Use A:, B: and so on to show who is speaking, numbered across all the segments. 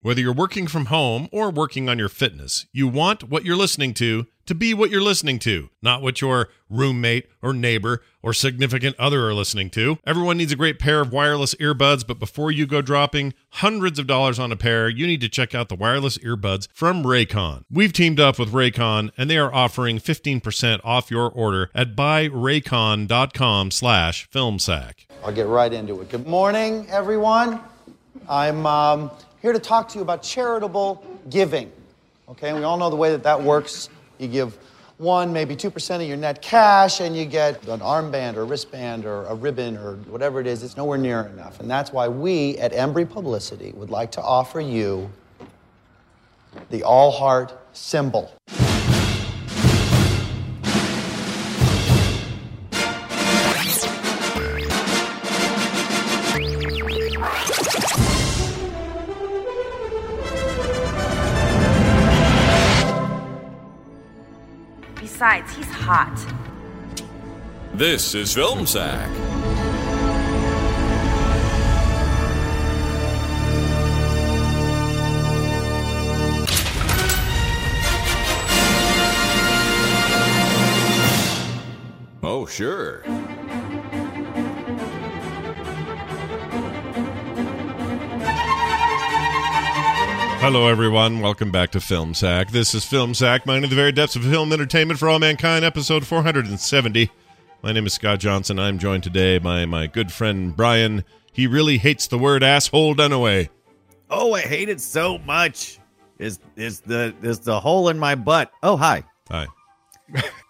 A: Whether you're working from home or working on your fitness, you want what you're listening to to be what you're listening to, not what your roommate or neighbor or significant other are listening to. Everyone needs a great pair of wireless earbuds, but before you go dropping hundreds of dollars on a pair, you need to check out the wireless earbuds from Raycon. We've teamed up with Raycon and they are offering 15% off your order at buyraycon.com slash filmsack.
B: I'll get right into it. Good morning, everyone. I'm um, here to talk to you about charitable giving. Okay, we all know the way that that works. You give one, maybe 2% of your net cash, and you get an armband or wristband or a ribbon or whatever it is. It's nowhere near enough. And that's why we at Embry Publicity would like to offer you the All Heart symbol.
C: Besides, he's hot.
D: This is Film Sack. Oh, sure.
A: Hello, everyone. Welcome back to Film Sack. This is Film Sack, mining the very depths of film entertainment for all mankind, episode 470. My name is Scott Johnson. I'm joined today by my good friend Brian. He really hates the word asshole Dunaway.
E: Oh, I hate it so much. Is is the is the hole in my butt? Oh, hi.
A: Hi.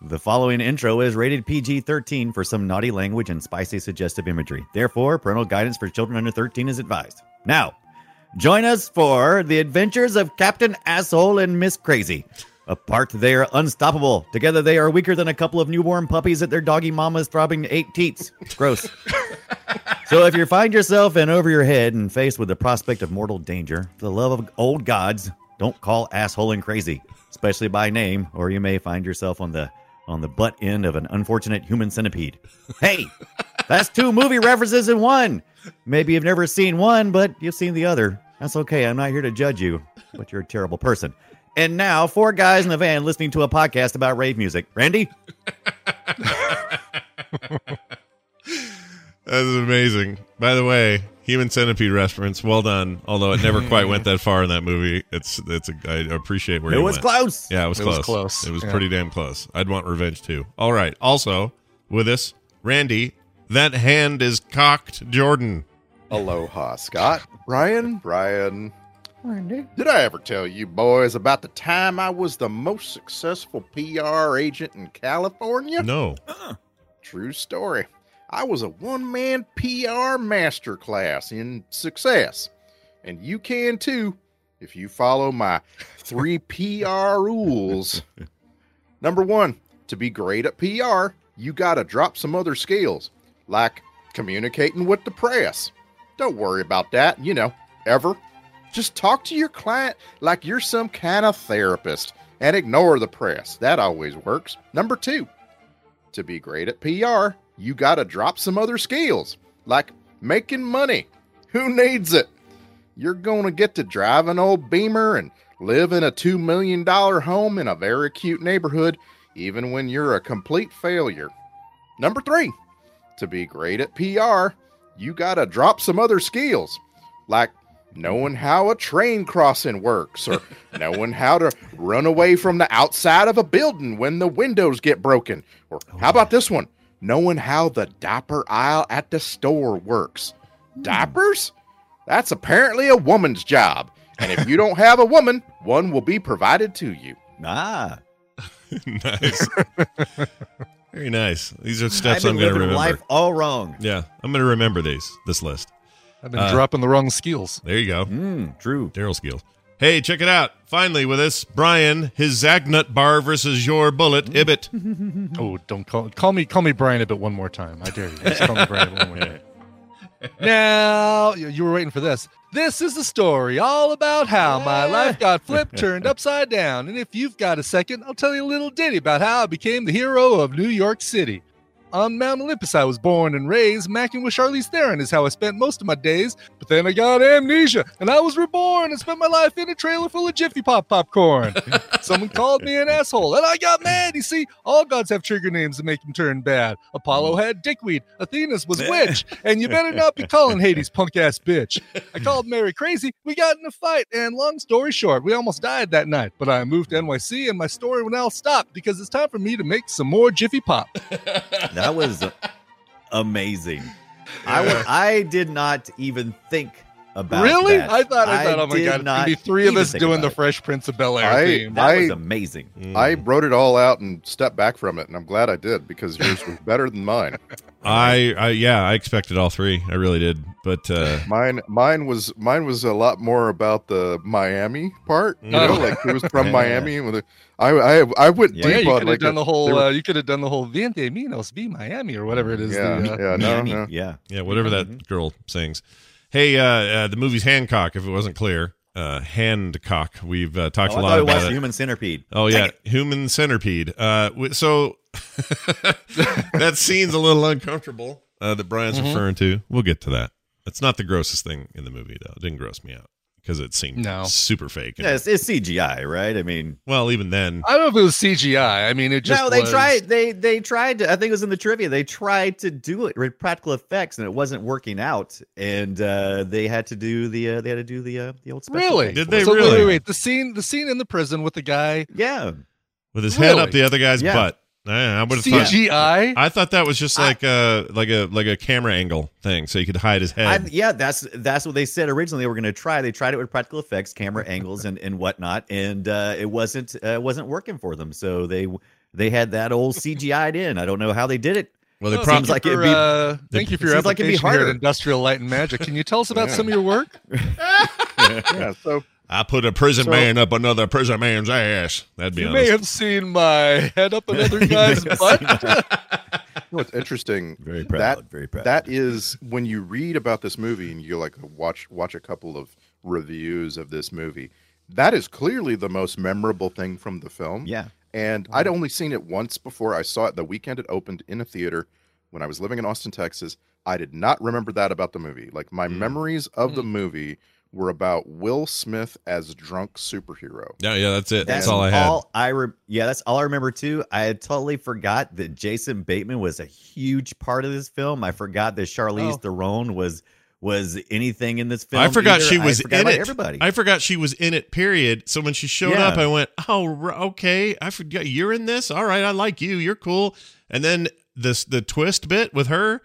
E: The following intro is rated PG-13 for some naughty language and spicy suggestive imagery. Therefore, parental guidance for children under 13 is advised. Now, join us for the adventures of Captain Asshole and Miss Crazy. Apart, they are unstoppable. Together, they are weaker than a couple of newborn puppies at their doggy mama's throbbing eight teats. Gross. So if you find yourself in over your head and faced with the prospect of mortal danger, for the love of old gods, don't call asshole and crazy, especially by name, or you may find yourself on the on the butt end of an unfortunate human centipede. Hey, that's two movie references in one. Maybe you've never seen one, but you've seen the other. That's okay. I'm not here to judge you, but you're a terrible person. And now, four guys in a van listening to a podcast about rave music. Randy,
A: That is amazing. By the way, human centipede reference. Well done. Although it never quite went that far in that movie. It's it's. A, I appreciate where
E: it
A: you
E: was
A: went.
E: close.
A: Yeah, it was
F: It
A: close.
F: was close,
A: It was
F: yeah.
A: pretty damn close. I'd want revenge too. All right. Also, with us, Randy, that hand is cocked, Jordan.
F: Aloha, Scott. Ryan? Brian. Did I ever tell you boys about the time I was the most successful PR agent in California?
A: No.
F: True story. I was a one man PR masterclass in success. And you can too if you follow my three PR rules. Number one, to be great at PR, you got to drop some other skills, like communicating with the press. Don't worry about that, you know, ever. Just talk to your client like you're some kind of therapist and ignore the press. That always works. Number two, to be great at PR, you got to drop some other skills, like making money. Who needs it? You're going to get to drive an old Beamer and live in a $2 million home in a very cute neighborhood, even when you're a complete failure. Number three, to be great at PR, you got to drop some other skills, like knowing how a train crossing works or knowing how to run away from the outside of a building when the windows get broken. Or how about this one? Knowing how the diaper aisle at the store works. Diapers? That's apparently a woman's job. And if you don't have a woman, one will be provided to you.
E: Ah,
A: nice. Very nice. These are
E: I've
A: steps
E: been
A: I'm going to
E: living
A: remember.
E: life all wrong.
A: Yeah, I'm going to remember these. This list.
G: I've been
A: Uh,
G: dropping the wrong skills.
A: There you go.
E: Mm, true.
A: Daryl Skills. Hey, check it out. Finally, with us, Brian, his Zagnut bar versus your bullet,
E: Mm-hmm.
A: Ibbit.
G: Oh, don't call call me call me Brian Abbott one more time. I dare you. Just call me Brian Abbott one more time. Now you you were waiting for this. This is the story all about how my life got flipped, turned upside down. And if you've got a second, I'll tell you a little ditty about how I became the hero of New York City. On Mount Olympus, I was born and raised. Macking with Charlize Theron is how I spent most of my days. But then I got amnesia, and I was reborn and spent my life in a trailer full of Jiffy Pop popcorn. Someone called me an asshole, and I got mad. You see, all gods have trigger names that make them turn bad. Apollo had dickweed. Athena's was witch, and you better not be calling Hades punk ass bitch. I called Mary crazy. We got in a fight, and long story short, we almost died that night. But I moved to NYC, and my story will now stop because it's time for me to make some more Jiffy Pop.
E: That was amazing. I wa- I did not even think about
G: really?
E: that.
G: I thought I, thought, oh my
E: did
G: god, it's gonna
E: not
G: be three of
E: even
G: us
E: think
G: doing
E: about
G: the
E: it.
G: Fresh Prince of Bel Air
F: I-
G: theme.
E: That was
F: I-
E: amazing.
F: I wrote it all out and stepped back from it, and I'm glad I did because yours was better than mine.
A: I, I yeah, I expected all three. I really did, but uh,
F: Mine, mine was mine was a lot more about the Miami part. You know,
G: Oh.
F: like who was from
E: Yeah.
F: Miami. and whether- I, I, I went
E: Yeah,
G: yeah,
F: deep
G: you
F: on
G: could have
F: like
G: done
F: a-
G: the whole.
F: they were-
G: Uh, you could have done the whole Viente Minos be Miami or whatever it is.
F: yeah,
G: the, uh,
F: yeah, no,
E: Miami,
F: no.
E: Yeah.
A: yeah, whatever that
E: Mm-hmm.
A: girl sings. Hey, uh, uh, the movie's Hancock. If it wasn't clear, uh, Hancock. We've uh, talked
E: Oh,
A: a
E: I
A: lot
E: thought it
A: about
E: was
A: it.
E: the human centipede.
A: Oh yeah, human centipede. Uh, wi- so that scene's a little uncomfortable uh, that Brian's
E: Mm-hmm.
A: referring to. We'll get to that. That's not the grossest thing in the movie though. It didn't gross me out because it seemed
G: No.
A: super fake.
E: Yeah, it's, it's CGI, right? I mean,
A: Well, even then,
G: I don't know if it was CGI. I mean, it just
E: no, they
G: was-
E: tried. They they tried to. I think it was in the trivia. They tried to do it with practical effects, and it wasn't working out. And uh, they had to do the uh, they had to do the uh, the old special
G: Really?
E: thing
A: Did
E: for
A: they
E: it.
G: So wait,
A: really?
G: wait, wait. The scene, the scene in the prison with the guy
E: Yeah.
A: with his head up
G: Really?
A: the other guy's
E: Yeah.
A: butt. I, I would have thought.
G: CGI.
A: I thought that was just like a like a like a camera angle thing, so you could hide his
E: I,
A: head.
E: yeah, that's that's what they said originally. They were going to try. They tried it with practical effects, camera angles, and and whatnot, and uh, it wasn't uh, it wasn't working for them. So they they had that old CGI'd in. I don't know how they did it.
A: well, they
G: Oh,
A: probably
E: seems like
G: thank you
E: it'd
G: for,
E: be-
G: uh, thank you for your
E: seems like
G: application
E: it'd be
G: here at
E: harder.
G: Industrial Light and Magic. Can you tell us about
F: Yeah.
G: some of your work?
F: yeah. So
A: I put a prison
F: So-
A: man up another prison man's ass. That'd be
G: You
A: honest.
G: may have seen my head up another guy's butt.
F: you know what's interesting?
E: Very
F: That-
E: very proud.
F: That is when you read about this movie and you like watch watch a couple of reviews of this movie. That is clearly the most memorable thing from the film.
E: yeah.
F: And I'd only seen it once before. I saw it the weekend it opened in a theater when I was living in Austin, Texas. I did not remember that about the movie. Like my memories of the movie were about Will Smith as drunk superhero.
A: yeah, yeah, that's it. That's,
E: That's
A: all I had.
E: All I re- yeah, that's all I remember too. I had totally forgot that Jason Bateman was a huge part of this film. I forgot that Charlize
G: Oh.
E: Theron was was anything in this film.
A: I forgot
E: either.
A: she
E: I
A: was
E: forgot
A: in
E: about
A: it.
E: Everybody.
A: I forgot she was in it. Period. So when she showed
E: Yeah.
A: up, I went, "Oh, r- okay. I forgot you're in this. All right, I like you. You're cool." And then this the twist bit with her.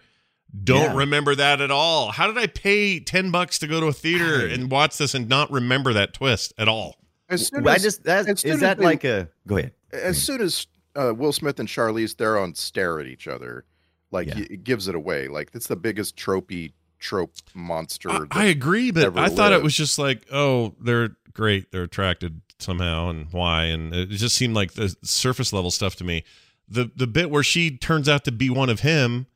A: Don't
E: Yeah.
A: remember that at all. How did I pay ten bucks to go to a theater and watch this and not remember that twist at all?
F: As soon
E: Well, I
F: as-
E: just that
F: as
E: is
F: soon as
E: that
F: they-
E: like a go ahead.
F: as soon as uh, Will Smith and Charlize Theron stare at each other, like
E: Yeah.
F: y- it gives it away. Like that's the biggest tropey trope monster.
A: I,
F: that-
A: I agree, but
F: ever
A: I thought it
F: lived.
A: was just like, oh, they're great. They're attracted somehow, and why? And it just seemed like the surface level stuff to me. The the bit where she turns out to be one of him,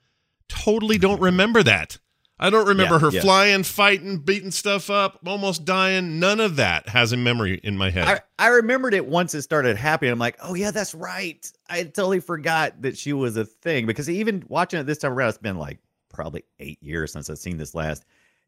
A: totally don't remember that. I don't remember
E: Yeah,
A: her
E: yeah.
A: flying, fighting, beating stuff up, almost dying. None of that has a memory in my head.
E: I, I remembered it once it started happening. I'm like, oh yeah, that's right. I totally forgot that she was a thing because even watching it this time around, it's been like probably eight years since I've seen this last.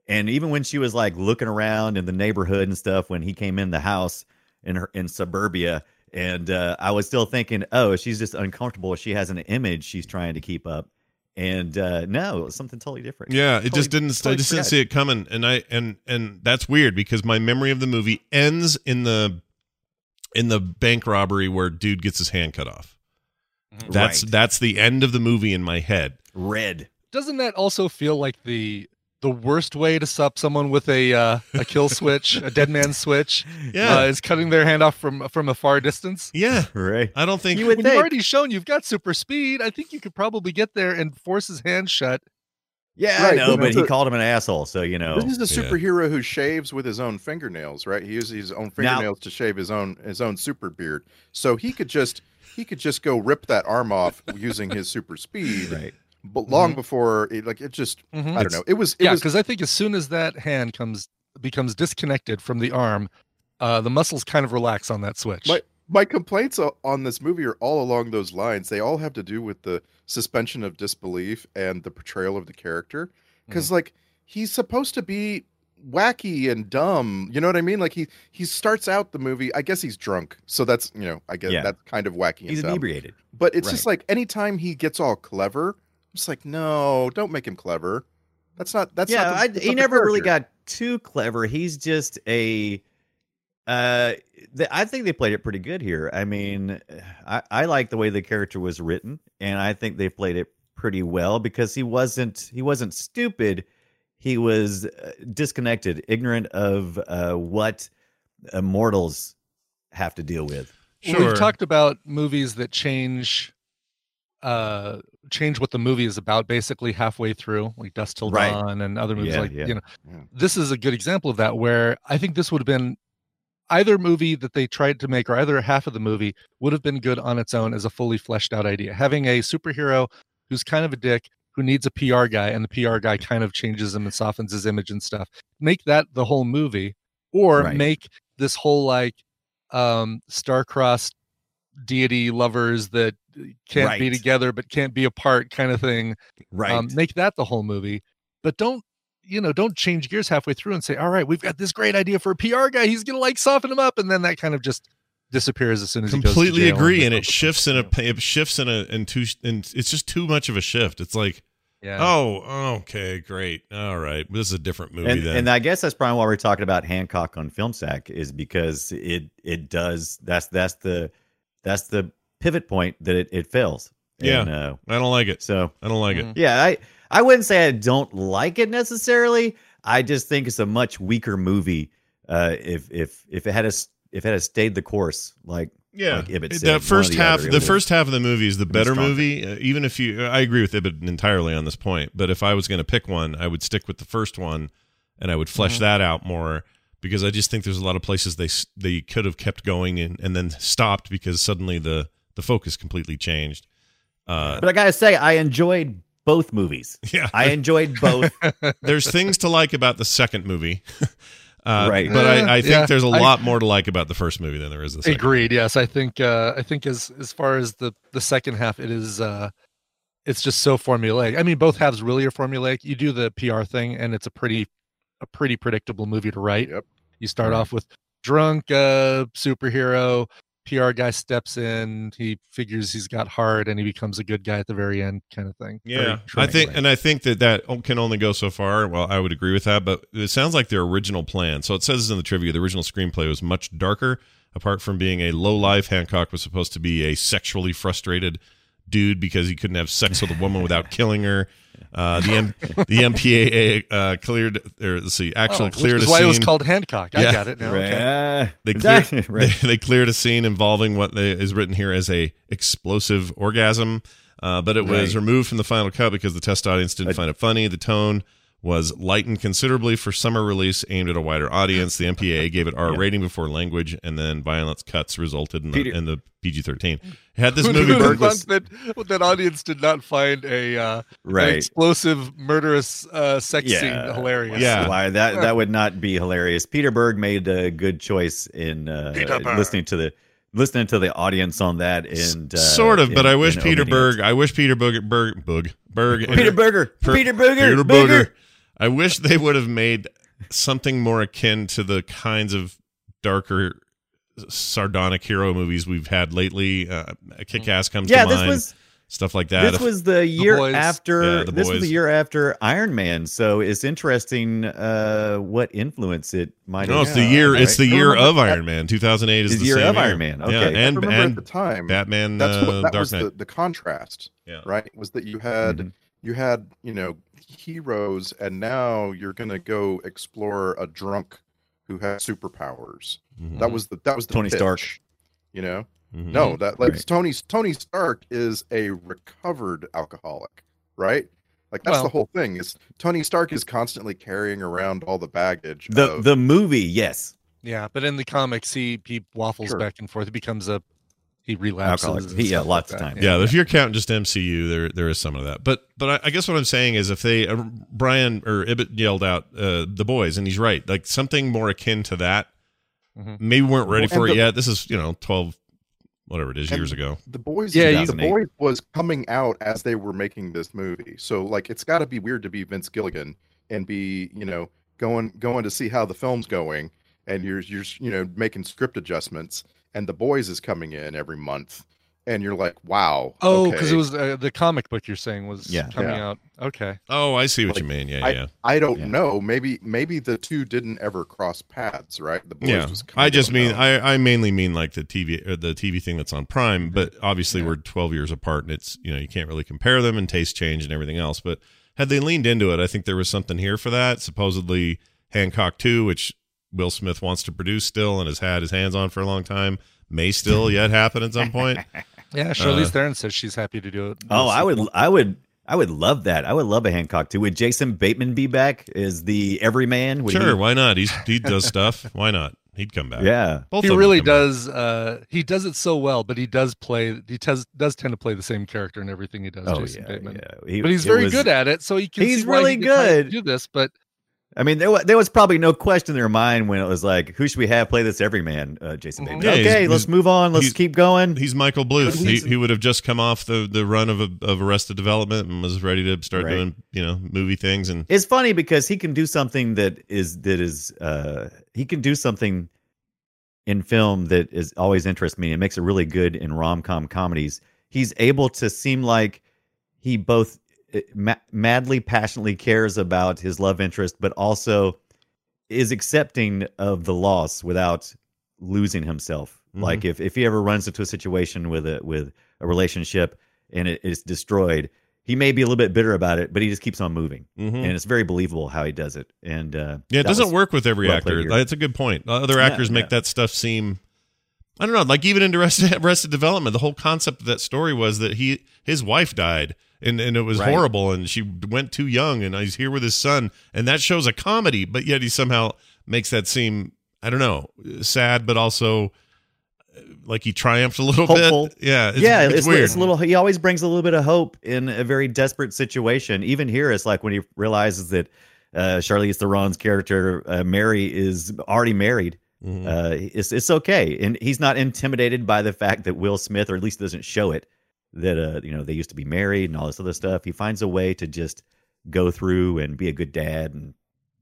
E: And even when she was like looking around in the neighborhood and stuff, when he came in the house in her in suburbia, and uh, I was still thinking, oh, she's just uncomfortable. She has an image she's trying to keep up, and uh, no, it was something totally different.
A: Yeah, it just
E: Totally-
A: didn't. I
E: totally
A: just didn't
E: forgot.
A: see it coming, and I and and that's weird because my memory of the movie ends in the in the bank robbery where dude gets his hand cut off. That's
E: Right.
A: that's the end of the movie in my head.
E: red.
G: Doesn't that also feel like the the worst way to stop someone with a uh, a kill switch, a dead man switch?
A: Yeah.
G: uh, is cutting their hand off from from a far distance.
A: Yeah,
E: Right.
A: I don't think
E: You would
G: When
E: think.
G: you've already shown you've got super speed, I think you could probably get there and force his hand shut.
E: Yeah,
F: Right,
E: I know,
F: but
E: but
F: that's
E: he
F: a-
E: called him an asshole. So you know,
F: this is a
A: yeah.
F: superhero who shaves with his own fingernails, right? He uses his own
E: Now-
F: fingernails to shave his own his own super beard. So he could just he could just go rip that arm off using his super speed.
E: right.
F: But long before it like it just
G: Mhm.
F: I don't know. It was it
G: Yeah,
F: was
G: because I think as soon as that hand comes becomes disconnected from the arm, uh, the muscles kind of relax on that switch.
F: my my complaints o- on this movie are all along those lines. They all have to do with the suspension of disbelief and the portrayal of the character.
E: Mm-hmm.
F: Because like he's supposed to be wacky and dumb. You know what I mean? Like he he starts out the movie. I guess he's drunk, so that's you know I guess
E: Yeah.
F: that's kind of wacky.
E: He's
F: and dumb.
E: inebriated.
F: But it's just like anytime he gets all clever, I'm just like, no, don't make him clever. That's not. That's
E: yeah,
F: Not the-
E: I,
F: that's
E: he
F: not the
E: never really
F: character.
E: got too clever. He's just a. Uh, the, I think they played it pretty good here. I mean, I, I like the way the character was written, and I think they played it pretty well because he wasn't he wasn't stupid. He was uh, disconnected, ignorant of uh, what uh, mortals have to deal with.
G: Well,
A: Sure.
G: We've talked about movies that change uh change what the movie is about basically halfway through, like Dust Till
E: Right.
G: Dawn and other movies
E: Yeah,
G: like
E: yeah.
G: you know.
F: Yeah.
G: This is a good example of that where I think this would have been either movie that they tried to make or either half of the movie would have been good on its own as a fully fleshed out idea. Having a superhero who's kind of a dick who needs a PR guy and the PR guy kind of changes him and softens his image and stuff. Make that the whole movie or
E: Right.
G: make this whole like um star-crossed deity lovers that uh, can't be
E: Right.
G: together but can't be apart kind of thing.
E: Right.
G: Um make that the whole movie, but don't you know, don't change gears halfway through and say, "All right, we've got this great idea for a PR guy. He's going to like soften him up." And then that kind of just disappears as soon as he goes to
A: completely
G: jail
A: agree and it
G: becomes-
A: shifts in a it shifts in a and two and it's just too much of a shift it's like
G: Yeah.
A: oh okay great all right this is a different movie
E: and,
A: then
E: and I guess that's probably why we're talking about Hancock on FilmSack is because it it does that's that's the that's the pivot point that it, it fails.
A: Yeah.
E: And, uh,
A: i don't like it
E: so
A: i don't like it
G: Mhm.
E: yeah, I I wouldn't say I don't like it necessarily. I just think it's a much weaker movie. Uh, if if if it had a if it had stayed the course, like
A: yeah
E: like Ibbot said, one or
A: that first
E: the
A: half
E: other,
A: the
E: it would've-
A: first half of the movie is the
E: been
A: better
E: stronger.
A: movie uh, even if you i agree with Ibbot entirely on this point but if i was going to pick one i would stick with the first one and i would flesh
E: Mm-hmm.
A: that out more because i just think there's a lot of places they s- they could have kept going and, and then stopped because suddenly the the focus completely changed uh
E: but I gotta say, I enjoyed both movies.
A: yeah
E: I enjoyed both.
A: there's things to like about the second movie. Uh,
E: Right.
A: But I, I think
G: Yeah,
A: there's a
G: I-
A: lot more to like about the first movie than there is the second.
G: Agreed. Yes, I think uh, I think as as far as the the second half, it is uh, it's just so formulaic. I mean, both halves really are formulaic. You do the PR thing, and it's a pretty a pretty predictable movie to write.
F: Yep.
G: You start off with drunk uh, superhero. PR guy steps in. He figures he's got heart, and he becomes a good guy at the very end, kind of thing. Very
A: Yeah, I
G: trite,
A: think,
G: right?
A: and I think that that o- can only go so far. Well, I would agree with that, but it sounds like their original plan. So it says in the trivia, the original screenplay was much darker. Apart from being a low life, Hancock was supposed to be a sexually frustrated dude because he couldn't have sex with a woman without killing her. Uh, the M- the MPAA uh, cleared, or let's see, actually
G: Oh,
A: cleared
G: which
A: a
G: is why
A: scene.
G: it was called Hancock. I
A: Yeah.
G: got it now. okay.
E: Yeah.
A: They cleared,
E: Exactly, right.
A: they, they cleared a scene involving what they, is written here as a explosive orgasm, uh, but it was
E: Right.
A: removed from the final cut because the test audience didn't
E: Uh,
A: find it funny. The tone was lightened considerably for summer release, aimed at a wider audience. The MPAA gave it R
E: Yeah.
A: rating before language, and then violence cuts resulted in
E: Peter-
A: the, in the PG thirteen. Had this
G: Who'd-
A: movie
G: who'd have
A: Berg was
G: thought that that audience did not find a uh, an
E: Right.
G: explosive, murderous uh, sex
E: Yeah.
G: scene hilarious.
A: Yeah.
E: Why that that would not be hilarious. Peter Berg made a good choice in uh, listening to the listening to the audience on that and uh,
A: sort of, but
E: in-
A: I wish
E: in
A: Peter
E: obedience.
A: Berg, I wish Peter Berg, Berg, Boog, Berg,
E: Peter Berger,
A: Per-
E: Peter Berger,
A: Peter
E: Berger.
A: Booger. I wish they would have made something more akin to the kinds of darker, sardonic hero movies we've had lately. Uh,
F: Mm.
A: Kick Ass comes
E: Yeah,
A: to
E: this
A: mind,
E: was
A: stuff like that.
E: this
A: If-
E: was the year
G: Boys.
E: after
A: Yeah, The
E: this was the
A: Boys.
E: year after Iron Man. So it's interesting uh, what influence it might.
A: no,
E: have
A: it's the
E: had,
A: year.
E: right?
A: It's the year
F: remember
A: of Iron Man. Two thousand eight is
E: It's
A: the
E: the year
A: same
E: of Iron Man,
A: Yeah,
E: okay.
A: and
F: remember
A: and
F: at the time
A: Batman. uh,
F: that's what that
A: Dark
F: was
A: Knight.
F: the, the contrast
A: Yeah.
F: right was that you had
E: Mm-hmm.
F: you had you know heroes and now you're gonna go explore a drunk who has superpowers
A: Mhm.
F: that was the that was the
E: Mm-hmm. Tony Stark. Mm-hmm.
F: pitch, you know
A: Mhm.
F: no that like
E: Right.
F: tony's tony stark is a recovered alcoholic right like that's
G: Well-
F: the whole thing is tony stark is constantly carrying around all the baggage
E: the
F: of-
E: the movie. Yes,
G: Yeah, but in the comics, he he waffles
F: Sure.
G: back and forth. He becomes a he relapses.
E: alcoholic.
G: and
E: He- yeah,
G: stuff
E: lots
G: like
E: of
G: that.
E: times.
A: yeah, if you're counting just MCU, there there is some of that. But but I, I guess what I'm saying is if they uh, Brian or Ibbot yelled out uh, the boys, and he's right, like something more akin to that.
G: Mhm.
A: Maybe we weren't ready
F: Well,
A: for
F: and
A: it
F: the-
A: yet. This is you know 12, whatever it is,
F: And-
A: years ago.
F: The boys,
G: Yeah,
F: yeah,
G: you-
F: the boys was coming out as they were making this movie. So like, it's got to be weird to be Vince Gilligan and be you know going going to see how the film's going, and you're you're you know making script adjustments, and the boys is coming in every month, and you're like, wow,
G: Oh, because
F: okay,
G: it was uh, the comic book you're saying was
E: Yeah.
G: coming
F: Yeah.
G: out. Okay.
A: Oh, I see what
F: Like,
A: you mean. Yeah,
F: I-
A: yeah,
F: I don't
E: Yeah.
F: know. Maybe maybe the two didn't ever cross paths, right? The boys
A: yeah.
F: was kinda
A: I just mean
F: unknown.
A: I, I mainly mean like the TV uh, the TV thing that's on Prime, but obviously we're 12 years apart, and it's you know you can't really compare them and taste change and everything else. But had they leaned into it, I think there was something here for that. Supposedly Hancock 2, which Will Smith wants to produce still and has had his hands on for a long time, may still yet happen at some point.
G: Yeah, Charlize Theron says she's happy to do it.
E: Uh-huh. Oh, I would, I would, I would love that. I would love a Hancock too. Would Jason Bateman be back? Is the everyman? Would
A: sure,
E: he-
A: why not? He's he does stuff. Why not? He'd come back.
E: yeah.
A: Both
G: He
A: of them
G: really
A: would come back.
G: does. Uh, he does it so well, but he does play. He does does tend to play the same character in everything he does.
E: Oh
G: Jason
E: yeah,
G: Bateman.
E: yeah. He-
G: But he's
E: it
G: very
E: was-
G: good at it, so he can.
E: He's
G: see why he
E: really
G: did try to
E: good.
G: Do this, but
E: I mean, there was there was probably no question in their mind when it was like, who should we have play this everyman? Uh, Jason
G: Mm-hmm.
E: Bateman.
A: Yeah, he's-
E: okay, let's
A: he's-
E: move on. Let's
A: he's-
E: keep going.
A: He's Michael Bluth.
E: But he's-
A: He, he would have just come off the, the run of, of Arrested Development and was ready to start
E: Right.
A: doing you know movie things. And
E: It's funny because he can do something that is that is uh he can do something in film that is always interests me and makes it really good in rom-com comedies. He's able to seem like he both eh, ma- madly passionately cares about his love interest but also is accepting of the loss without losing himself.
A: Mhm.
E: Like if if he ever runs into a situation with a with a relationship and it is destroyed, he may be a little bit bitter about it, but he just keeps on moving
A: Mhm.
E: and it's very believable how he does it. And uh,
A: yeah, it
E: that
A: doesn't
E: was-
A: work with every
E: well played
A: actor.
E: here.
A: That's a good point. Uh, Other
E: Yeah,
A: actors make
E: yeah.
A: that stuff seem I don't know. Like even in Arrested, Arrested Development, the whole concept of that story was that he his wife died and and it was
E: Right.
A: horrible and she went too young and he's here with his son and that shows a comedy, but yet he somehow makes that seem I don't know sad, but also. uh, Like he triumphed a little
E: Hopeful.
A: bit, yeah. It's,
E: yeah,
A: it's,
E: it's, li-
A: weird.
E: it's a little. He always brings a little bit of hope in a very desperate situation. Even here, it's like when he realizes that uh, Charlize Theron's character uh, Mary is already married.
A: Mhm.
E: Uh, it's it's okay, and he's not intimidated by the fact that Will Smith, or at least doesn't show it, that uh, you know they used to be married and all this other stuff. He finds a way to just go through and be a good dad and,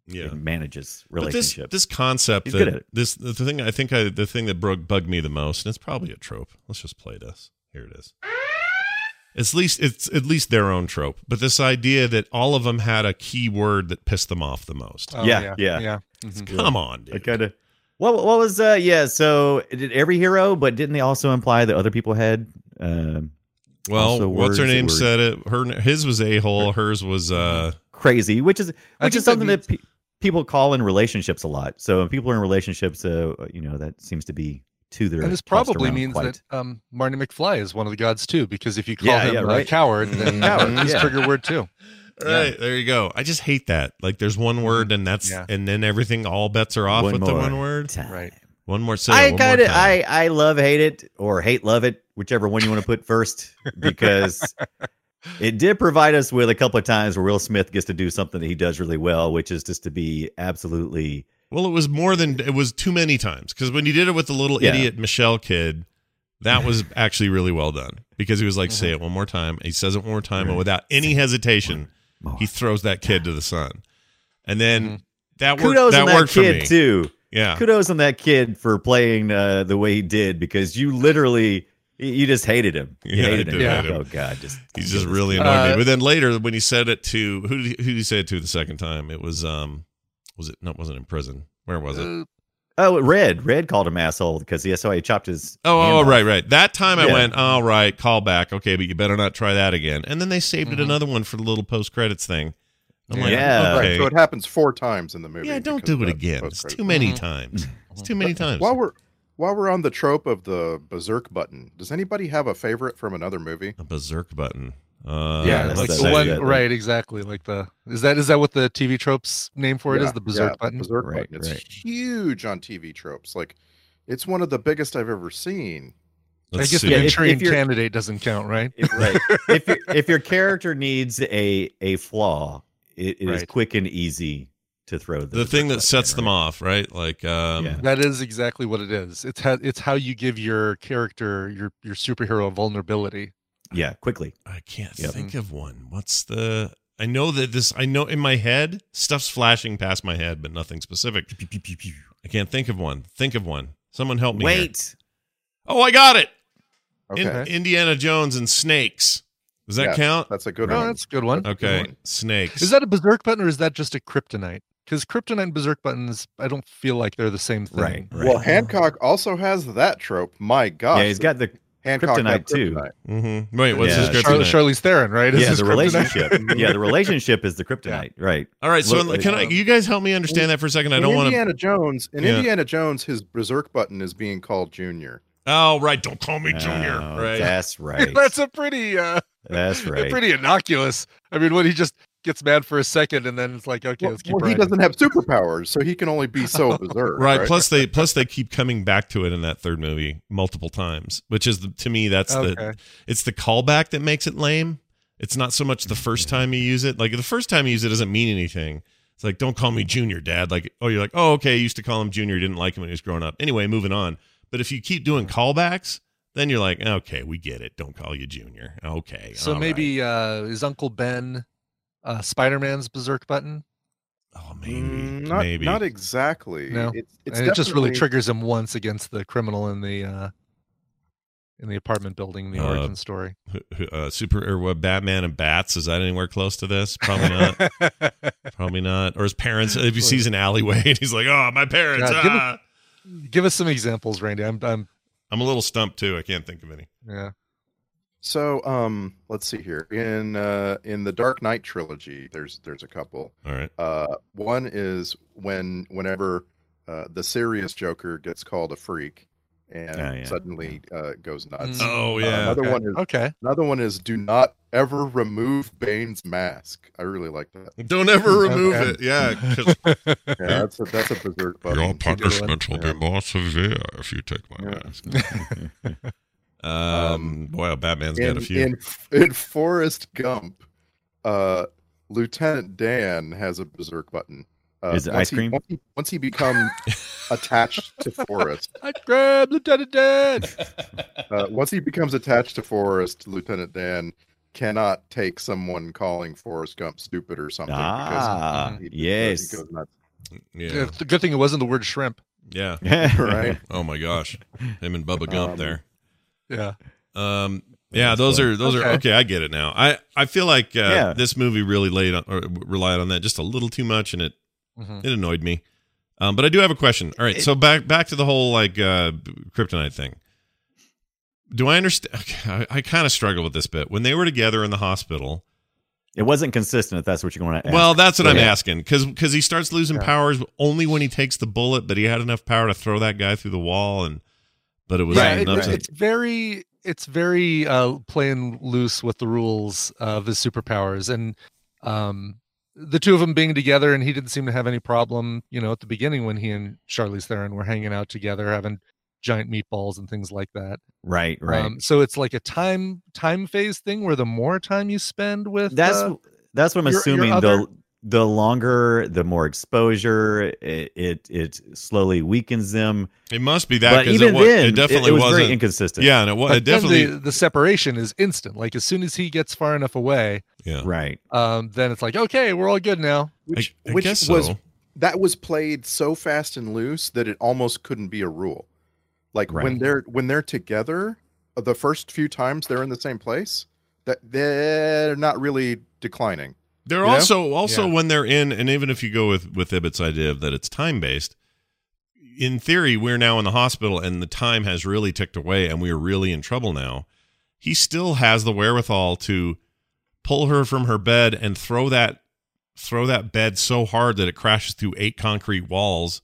A: yeah.
E: and manages
A: But this
E: relationships.
A: this concept
E: He's
A: that
E: good at it.
A: this the thing I think I, the thing that bug, bugged me the most, and it's probably a trope. Let's just play this. Here it is. It's least it's at least their own trope, but this idea that all of them had a key word that pissed them off the most.
G: oh,
E: Yeah,
G: yeah,
E: yeah.
G: Mhm.
A: Come on, dude.
E: I kind of. What what was uh yeah? So did every hero, but didn't they also imply that other people had? Um,
A: Well,
E: Also
A: what's her
E: words that
A: name
E: were-
A: said it. Her his was a hole. Hers was uh.
E: crazy, which is
G: I
E: which
G: think
E: is something
G: that
E: that, pe- people call in relationships a lot. So when people are in relationships, uh, you know that seems to be to their.
G: And this
E: tossed
G: probably
E: around
G: means
E: quite.
G: that um, Marty McFly is one of the gods too, because if you call
E: Yeah,
G: him
E: yeah,
G: a
E: right.
G: coward, then
E: Coward,
G: that's
E: yeah.
G: trigger word too.
A: Right there you go. I just hate that. Like there's one word and that's
G: Yeah.
A: and then everything all bets are off
E: One
A: Mm-hmm. with the
E: more
A: one word.
E: Time.
G: Right.
A: One more syllable.
E: I
A: one more
E: kind of
A: time.
E: I I love hate it or hate love it, whichever one you want to put first, because it did provide us with a couple of times where Will Smith gets to do something that he does really well, which is just to be absolutely
A: Well, it was more than it was too many times because when he did it with the little
E: Yeah.
A: idiot Michelle kid, that was actually really well done because he was like, "Say it one more time." He says it one more time, and
E: Right.
A: without any hesitation,
E: more.
A: he throws that kid to the sun. And then that worked.
E: kudos
A: that
E: on that
A: worked for
E: kid
A: me.
E: too.
A: Yeah,
E: Kudos on that kid for playing uh, the way he did because you literally you- you just hated him. You
A: Yeah, I
E: hated him.
A: did
G: hate
E: Like,
A: him.
E: Oh god, just
A: he's
E: kill
A: just
E: this
A: really
E: kid.
A: annoyed me.
G: Uh,
A: But then later, when he said it to who did he, who did he say it to the second time? It was um, was it? No, it wasn't in prison. Where was it?
G: Uh,
E: Oh, Red. Red called him asshole because he saw he chopped his. hand
A: Oh, oh,
E: off.
A: right, right. That time I
E: Yeah.
A: went, all right, call back. Okay, but you better not try that again. And then they saved
F: Mm-hmm.
A: it another one for the little post credits thing. I'm like,
E: Yeah.
A: okay.
F: Right, so it happens four times in the movie.
A: yeah, don't
F: because
A: do it
F: that's
A: again.
F: both
A: It's
F: credits.
A: too many
G: Mhm.
A: times. It's too many times.
F: While we're while we're on the trope of the berserk button, does anybody have a favorite from another movie?
A: a berserk button. Uh,
E: Yeah, that's
A: let's
E: the
A: say
E: one-
A: that-
G: right, exactly. Like the is that is that what the TV tropes name for it is
F: Yeah,
G: the
F: yeah,
G: berserk button?
F: Berserk
E: Right,
F: button. It's
E: right.
F: huge on TV tropes. Like, it's one of the biggest I've ever seen.
G: I
A: let's
G: guess
A: see.
G: the
E: Yeah, if-
G: Manchurian
E: if you're-
G: candidate doesn't count, right?
E: If, right. if your if your character needs a a flaw, it, it is
G: Right.
E: quick and easy to throw the,
A: the thing that sets them off,
E: off.
A: right? Like, um,
E: Yeah.
G: That is exactly what it is. It's how it's how you give your character your your superhero vulnerability.
E: Yeah, quickly.
A: I can't
E: Yep.
A: think of one. What's the? I know that this. I know in my head stuff's flashing past my head, but nothing specific. I can't think of one. Think of one. Someone help me. here.
E: Wait.
A: Oh, I got it.
F: Okay,
A: In, Indiana Jones and snakes. Does that
F: Yeah.
A: count?
F: that's a good
G: No,
F: one.
G: Oh, that's a good one.
A: Okay,
F: one.
A: snakes.
G: Is that a berserk button or is that just a kryptonite? Because kryptonite and berserk buttons, I don't feel like they're the same thing.
E: Right. Right.
F: Well, Hancock also has that trope. My God,
E: yeah, he's got the
F: Hancock had
E: kryptonite, too.
F: kryptonite.
A: Mm-hmm. Wait, what's
E: Yeah,
A: his
G: Char-
A: kryptonite?
G: Charlize Theron, right? Is
E: yeah
G: his
E: the
G: kryptonite?
E: relationship. yeah, the relationship is the kryptonite. Right.
A: All right, so
E: Look,
A: can I?
E: um,
A: You guys help me understand that for a second. I
F: In
A: don't want to.
F: Indiana Jones. In
A: Yeah.
F: Indiana Jones, his berserk button is being called Junior.
A: Oh, right. Don't call me Junior.
E: Oh,
A: right.
E: That's right.
G: That's a pretty uh
E: That's right.
G: pretty innocuous. I mean, when he just gets mad for a second and then it's like, okay,
F: Well,
G: let's keep
F: well, he
G: riding.
F: doesn't have superpowers, so he can only be so berserk.
A: right. Plus they plus they keep coming back to it in that third movie multiple times, which is the, to me that's the
G: Okay.
A: it's the callback that makes it lame. It's not so much the first time you use it. Like the first time you use it doesn't mean anything. It's like don't call me Junior, Dad. Like oh you're like oh okay, you used to call him Junior, you didn't like him when he was growing up. Anyway, moving on. But if you keep doing callbacks, then you're like okay, we get it. Don't call you Junior. Okay.
G: So
A: all right.
G: maybe uh is Uncle Ben uh Spider-Man's berserk button?
A: oh maybe
F: Mm, not,
A: maybe
F: not exactly.
G: No.
F: It's, it's
G: and it just really
F: definitely-
G: triggers him once against the criminal in the uh in the apartment building, the
E: Oh.
A: Uh,
G: origin story.
A: uh, super or what, Batman and bats. Is that anywhere close to this? Probably not. Probably not. Or his parents, if he sees an alleyway and he's like, oh, my parents.
G: God, give
A: ah."
G: Give us some examples, Randy. I'm, I'm
A: I'm a little stumped too. I can't think of any.
G: yeah.
F: So, um, let's see here. In uh, in the Dark Knight trilogy, there's there's a couple.
A: All right.
F: Uh, one is when whenever uh, the serious Joker gets called a freak and
E: Oh, yeah.
F: suddenly uh, goes nuts.
G: Mm.
A: Oh,
F: Uh,
A: yeah.
F: another
G: Okay.
F: one is
G: Okay.
F: another one is do not ever remove Bane's mask. I really like that.
A: Don't ever remove
G: Okay.
A: it. Yeah. 'cause
F: Yeah, that's a that's a berserk button.
H: Your
G: punishment
H: punishment will
F: be
H: be more severe if you take my
F: Yeah.
H: mask.
A: um, boy, oh, Batman's got
F: in,
A: a few.
F: in in Forrest Gump, uh, Lieutenant Dan has a berserk button. Uh,
E: Is it
F: once
E: ice
F: he-
E: cream?
F: once he, once he becomes attached to Forrest,
G: I grab Lieutenant Dan.
F: uh, once he becomes attached to Forrest, Lieutenant Dan cannot take someone calling Forrest Gump stupid or something.
E: Ah,
F: because he- he
E: yes.
F: goes nuts,
A: yeah.
G: It's a good thing it wasn't the word shrimp.
A: Yeah.
F: right?
A: Oh, my gosh. Him and Bubba Gump
F: Um,
A: there.
G: Yeah.
A: Um, yeah, those are those are
G: Okay.
A: okay. I get it now. I I feel like uh,
E: Yeah.
A: this movie really laid on, or relied on that just a little too much, and it
G: Mhm.
A: it annoyed me. Um, but I do have a question. All right, so back back to the whole like uh, b- kryptonite thing. Do I understand? Okay, I, I kind of struggle with this bit when they were together in the hospital.
E: It wasn't consistent. If that's what you're going to ask.
A: Well, that's what I'm
E: Yeah.
A: asking because he starts losing powers only when he takes the bullet, but he had enough power to throw that guy through the wall, and but it was
G: Yeah,
F: Right,
G: it-
A: enough
F: right.
A: to.
G: it's very it's very uh playing loose with the rules of his superpowers and um the two of them being together and he didn't seem to have any problem, you know, at the beginning when he and Charlize Theron were hanging out together having giant meatballs and things like that.
E: right, right.
G: Um, so it's like a time time phase thing where the more time you spend with
E: that's
G: uh,
E: that's what I'm
G: your- your
E: assuming.
G: other-
E: the the longer, the more exposure, it it, it slowly weakens them.
A: It must be that
E: but
A: because
E: even
A: it, wa-
E: then,
A: it definitely
E: was
A: wasn't.
E: very inconsistent.
A: yeah, and it, wa-
G: but
A: it definitely.
G: then the, the separation is instant. Like as soon as he gets far enough away,
A: yeah,
E: right.
G: um, then it's like, okay, we're all good now.
F: Which,
A: I, I
F: which
A: guess
F: was
A: so.
F: that was played so fast and loose that it almost couldn't be a rule. Like when
E: Right.
F: they're when they're together, uh, the first few times they're in the same place, that they're not really declining.
A: They're
F: You know?
A: also also
G: Yeah.
A: when they're in, and even if you go with with Ibbott's idea of that it's time based. In theory, we're now in the hospital, and the time has really ticked away, and we are really in trouble now. He still has the wherewithal to pull her from her bed and throw that throw that bed so hard that it crashes through eight concrete walls.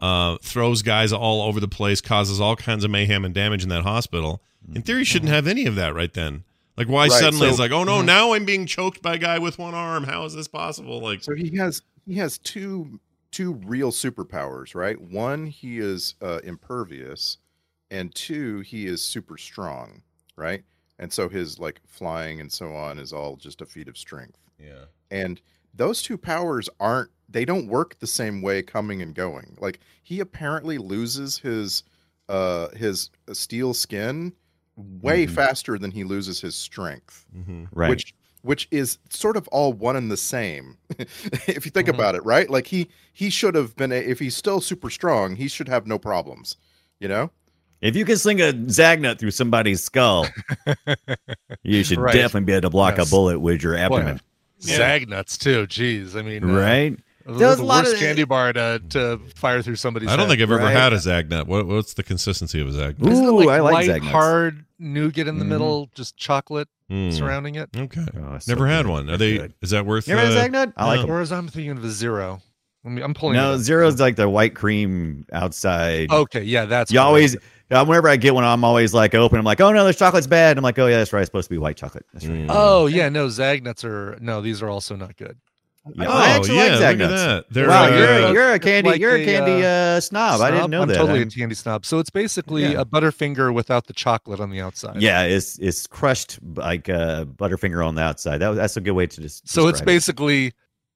A: Uh, throws guys all over the place, causes all kinds of mayhem and damage in that hospital. In theory, shouldn't have any of that right then. Like, why
F: Right,
A: suddenly
F: so-
A: it's like, oh no, now I'm being choked by a guy with one arm. How is this possible? Like,
F: So he has he has two two real superpowers, right? One he is uh, impervious, and two he is super strong, right? And so his like flying and so on is all just a feat of strength.
A: yeah,
F: and those two powers aren't they don't work the same way coming and going. Like he apparently loses his uh his steel skin way
A: Mm-hmm.
F: faster than he loses his strength,
E: Right.
F: which which is sort of all one and the same. if you think about it, right? Like he he should have been a, if he's still super strong, he should have no problems, you know?
E: if you can sling a Zagnut through somebody's skull, you should
G: Right.
E: definitely be able to block
G: Yes.
E: a bullet with your abdomen.
G: Zag nuts too. Jeez, I mean, uh,
E: Right?
G: the-
E: There's
G: the
E: a lot
G: worst
E: of-
G: candy bar to, to fire through somebody's.
A: I don't
G: head.
A: think I've ever
E: Right.
A: had a Zagnut. What, what's the consistency of a Zagnut?
G: Isn't it
E: Ooh, I like
G: light,
E: Zag nuts.
G: hard nougat in the
E: Mhm.
G: middle, just chocolate
A: Mm.
G: surrounding it.
A: Okay.
E: Oh, it's so
A: Never had
E: good.
A: one. Are
E: They're
A: they?
E: good.
A: Is that worth? uh,
E: You ever had a Zagnut? I like
A: No.
E: them.
G: Or as I'm thinking of a zero. I mean, I'm pulling. it
E: Uh, No,
G: up.
E: zero's like the white cream outside.
G: Okay, yeah, that's
E: you
G: what I-
E: always, yeah, whenever I get one, I'm always like open. I'm like, oh no, this chocolate's bad. I'm like, oh yeah, that's right. It's supposed to be white chocolate. That's
A: Mm.
E: right.
G: Oh yeah, no, Zag nuts are no. These are also not good.
E: Yeah,
A: Oh,
E: I actually
A: yeah,
E: like
A: look at
E: Zagnuts.
A: that. They're,
E: wow,
A: uh,
E: you're,
G: uh,
E: a, you're a candy,
G: like
E: you're a
G: a,
E: candy uh, snob. I didn't
G: Snob?
E: know
G: I'm
E: that.
G: totally
E: I'm-
G: a candy snob. So it's basically
E: Yeah.
G: a Butterfinger without the chocolate on the outside.
E: yeah, it's it's crushed like uh, butterfinger on the outside. That, that's a good way to just.
G: So it's
E: describe it.
G: basically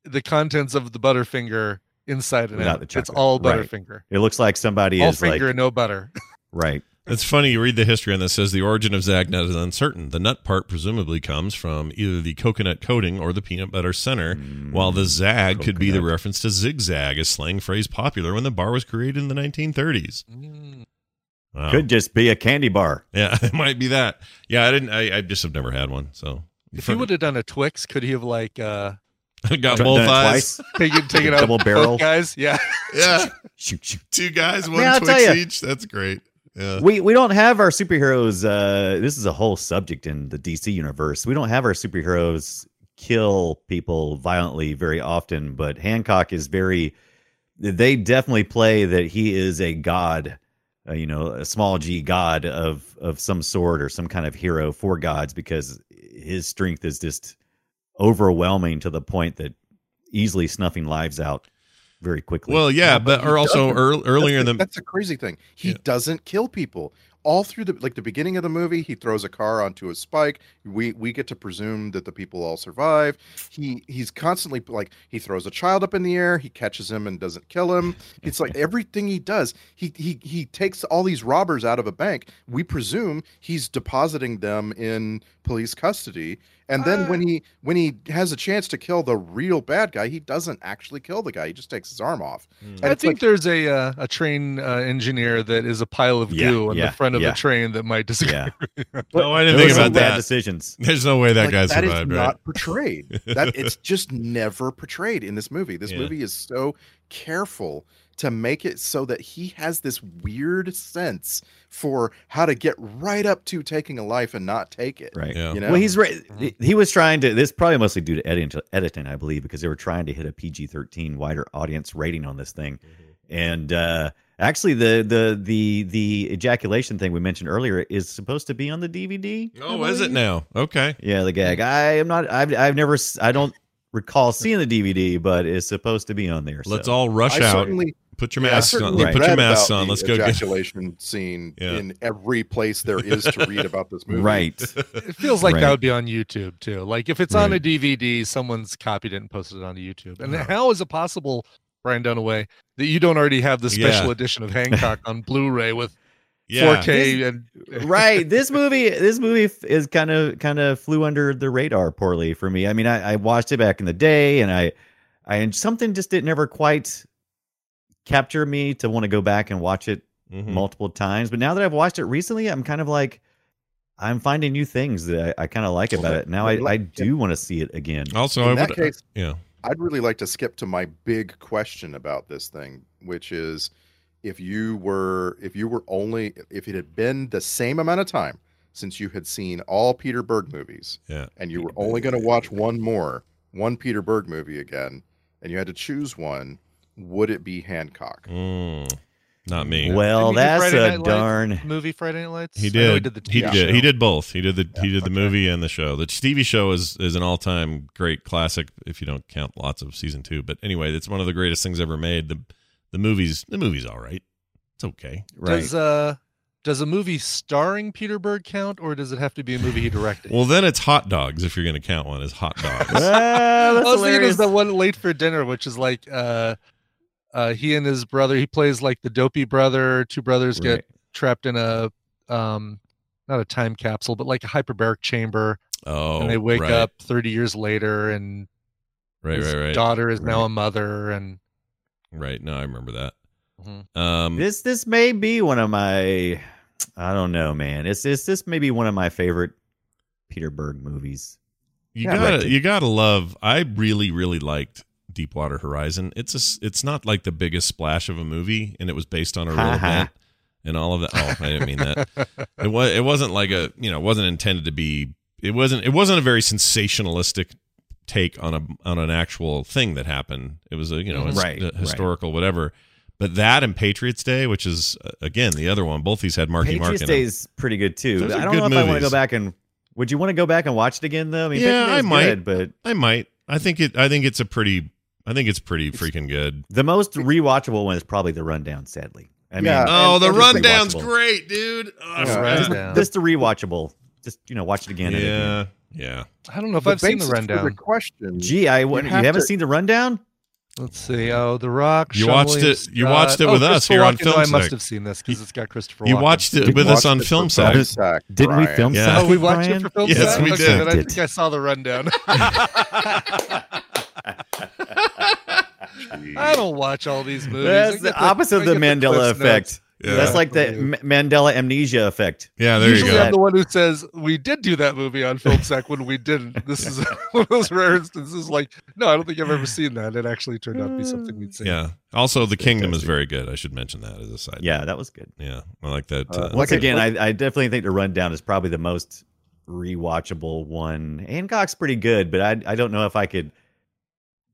G: the contents of the Butterfinger inside and
E: Without
G: out.
E: the
G: It's
E: chocolate.
G: all
E: Right.
G: Butterfinger.
E: It looks like somebody
G: All
E: is
G: finger
E: like
G: and no butter.
E: right.
A: It's funny you read the history on this says the origin of Zagnut is uncertain. The nut part presumably comes from either the coconut coating or the peanut butter center, while the zag could be the
E: Mm. coconut.
A: reference to zigzag, a slang phrase popular when the bar was created in the 1930s. Wow.
E: Could just be a candy bar.
A: Yeah, it might be that. Yeah, I didn't. I, I just have never had one. So
G: If he would have done a Twix, could he have like uh
A: got
E: Done
A: both
E: it
A: eyes,
E: twice.
G: taken taken out
E: Double
G: both
E: barrel.
G: guys? Yeah.
A: yeah,
E: Shoot, shoot.
A: two guys, one
E: Man, I'll
A: Twix
E: tell ya.
A: each. That's great. Yeah.
E: we we don't have our superheroes uh this is a whole subject in the DC universe. We don't have our superheroes kill people violently very often, but Hancock is very they definitely play that he is a god, uh, you know, a small g god of of some sort or some kind of hero for gods because his strength is just overwhelming to the point that easily snuffing lives out very quickly.
A: Well, yeah, but or also
F: doesn't.
A: earl earlier in
F: that's
A: the
F: the, that's the crazy thing. He
A: Yeah.
F: doesn't kill people. All through the like the beginning of the movie, he throws a car onto a spike. We we get to presume that the people all survive. He he's constantly like he throws a child up in the air. He catches him and doesn't kill him. It's like everything he does, he he he takes all these robbers out of a bank. We presume he's depositing them in police custody. And then when he when he has a chance to kill the real bad guy, he doesn't actually kill the guy. He just takes his arm off.
A: Hmm.
F: And
G: I
F: it's
G: think
F: like-
G: there's a uh, a train uh, engineer that is a pile of
E: Yeah,
G: goo on
E: yeah,
G: the front of
E: yeah.
G: the train that might disagree.
E: yeah.
A: No, I
E: There
A: didn't
E: were
A: think
E: some
A: about
E: bad
A: that.
E: decisions.
A: There's no way that
F: Like,
A: guy
F: that is
A: survived, right?
F: not portrayed. That it's just never portrayed in this movie. This
A: Yeah.
F: movie is so careful to make it so that he has this weird sense for how to get right up to taking a life and not take it.
E: Right.
A: Yeah. Mm-hmm.
F: You know,
E: Well, he's right. He- He was trying to. This probably mostly due to editing, editing, I believe, because they were trying to hit a PG thirteen wider audience rating on this thing.
A: Mm-hmm.
E: And uh, actually, the the the the ejaculation thing we mentioned earlier is supposed to be on the DVD. I
A: Oh, is it
E: believe.
A: now? Okay.
E: Yeah, the gag. I am not. I've I've never. s- I don't recall seeing the DVD, but it's supposed to be on there.
A: Let's
E: so.
A: all rush
F: I
A: out.
F: certainly
A: Put your
F: Yeah, I
A: masks on.
F: certainly
E: Right.
A: Put
F: read
A: your masks
F: about
A: on.
F: the
A: Let's go get.
F: ejaculation scene
A: Yeah.
F: in every place there is to read about this movie.
E: right.
G: It feels like
E: Right.
G: that would be on YouTube too. Like if it's on a DVD, someone's copied it and posted it onto YouTube. And how is it possible, Brian Dunaway, that you don't already have the special
A: Yeah.
G: edition of Hancock on Blu-ray with
A: Yeah.
G: 4K and
E: right this movie this movie f- is kind of kind of flew under the radar poorly for me i mean i, I watched it back in the day and i i and something just didn't ever quite capture me to want to go back and watch it
G: Mm-hmm.
A: Mhm.
E: multiple times but now that i've watched it recently i'm kind of like i'm finding new things that i, I kind of like about it now i, I do want to see it again
A: Also, I
F: In
A: would. uh,
F: that case,
A: yeah.
F: I'd really like to skip to my big question about this thing, which is if you were if you were only if it had been the same amount of time since you had seen all Peter Berg movies
A: Yeah.
F: and you were only going to watch one more, one Peter Berg movie again, and you had to choose one, would it be Hancock?
A: Mm, not me.
E: well
G: Did he do
E: that's
G: Friday Night
E: a
G: Lights?
E: darn
G: movie Friday Night Lights.
A: he
G: I know
A: did.
G: He did the TV
A: he,
G: show.
A: did he did both. He did the he did the movie and the show. The TV show is is an all time great classic. If you don't count lots of season two, but anyway, it's one of the greatest things ever made. the The movies the movies all right. It's okay.
E: right
G: Does uh Does a movie starring Peter Berg count, or does it have to be a movie he directed?
A: Well, then it's hot dogs if you're going to count one as hot dogs.
E: Ah, that's
G: I was thinking it
E: hilarious.
G: was the one late for dinner, which is like uh, uh, he and his brother. He plays like the dopey brother. Two brothers
E: Right.
G: get trapped in a um, not a time capsule, but like a hyperbaric chamber,
A: oh,
G: and they wake
A: right,
G: up 30 years later, and
A: Right,
G: his
A: right, right,
G: daughter is now
E: Right.
G: a mother, and
A: right. No, I remember that.
G: Mhm.
A: Um,
E: This this may be one of my I don't know, man. It's this this may be one of my favorite Peter Berg movies.
A: you
E: Yeah,
A: gotta,
E: right.
A: you gotta love. I really, really liked Deepwater Horizon. It's a, s- it's not like the biggest splash of a movie, and it was based on a real
E: Ha ha.
A: event and all of that. Oh, I didn't mean that. It was, it wasn't like a, you know, it wasn't intended to be. It wasn't, it wasn't a very sensationalistic take on a on an actual thing that happened. It was a, you know,
G: Mhm.
A: his-
E: Right,
A: a
E: right.
A: historical whatever. But that and Patriots Day, which is uh, again the other one, both these had Marky Mark in
E: Patriots
A: them.
E: Day is pretty good too.
A: Those
E: I
A: are
E: don't know if
A: good
E: I want to
A: movies.
E: go back and would you want to go back and watch it again though? I mean,
A: Yeah,
E: Patriots Day
A: I
E: is
A: might.
E: good, but
A: I might. I think it. I think it's a pretty. I think it's pretty freaking good.
E: the most rewatchable one is probably the rundown. Sadly, I mean,
F: Yeah.
A: Oh, the
E: it's
A: rundown's
E: rewatchable.
A: great, dude. Oh, I
F: Yeah.
A: forgot.
G: Right.
E: Just, just the rewatchable. Just you know, watch it again. and again.
A: Yeah, yeah.
G: I don't know if
F: The
G: I've seen the
F: basis for
G: rundown.
F: question.
E: Gee, I wouldn't- you,
F: have
E: haven't
F: to-
E: seen the rundown?
G: Let's see. Oh, The Rock.
A: You
G: Sean
A: watched
G: William
A: it- you watched
G: Scott.
A: it with
G: Oh,
A: us
G: Christopher
A: here on
G: Walken. No, I
A: FilmSack.
G: must have seen this because it's got Christopher.
A: You
G: Walken.
A: watched it
F: Did
A: with
F: you
A: us
F: watch
A: on
F: it for
A: Film Sack.
F: Film Sack,
E: Didn't we
F: Brian?
E: film?
A: Yeah.
E: Sack,
G: Oh, we watched
E: Brian?
G: it for film.
A: Yes,
G: Sack?
A: we
G: okay,
A: did.
G: Then I
E: Did.
G: think I saw the rundown. I don't watch all these movies. I
E: That's
G: get
E: the opposite of
G: I
E: the
G: get
E: Mandela
G: Cliff's Notes.
E: effect.
A: Yeah.
E: That's like the
G: Unbelievable.
E: M- Mandela amnesia effect.
A: Yeah, Ah, there you
G: Usually
A: go.
G: I'm the one who says we did do that movie on film sec when we didn't. This is one of those rare instances. Like, no, I don't think I've ever seen that. It actually turned out to be something we'd seen.
A: Yeah. Also, The Kingdom is very good. I should mention that as a side.
E: Yeah, that was good.
A: Yeah, I like that.
F: Uh,
A: Uh,
E: Once
F: Okay.
E: again, I, I definitely think the rundown is probably the most rewatchable one. Hancock's pretty good, but I I don't know if I could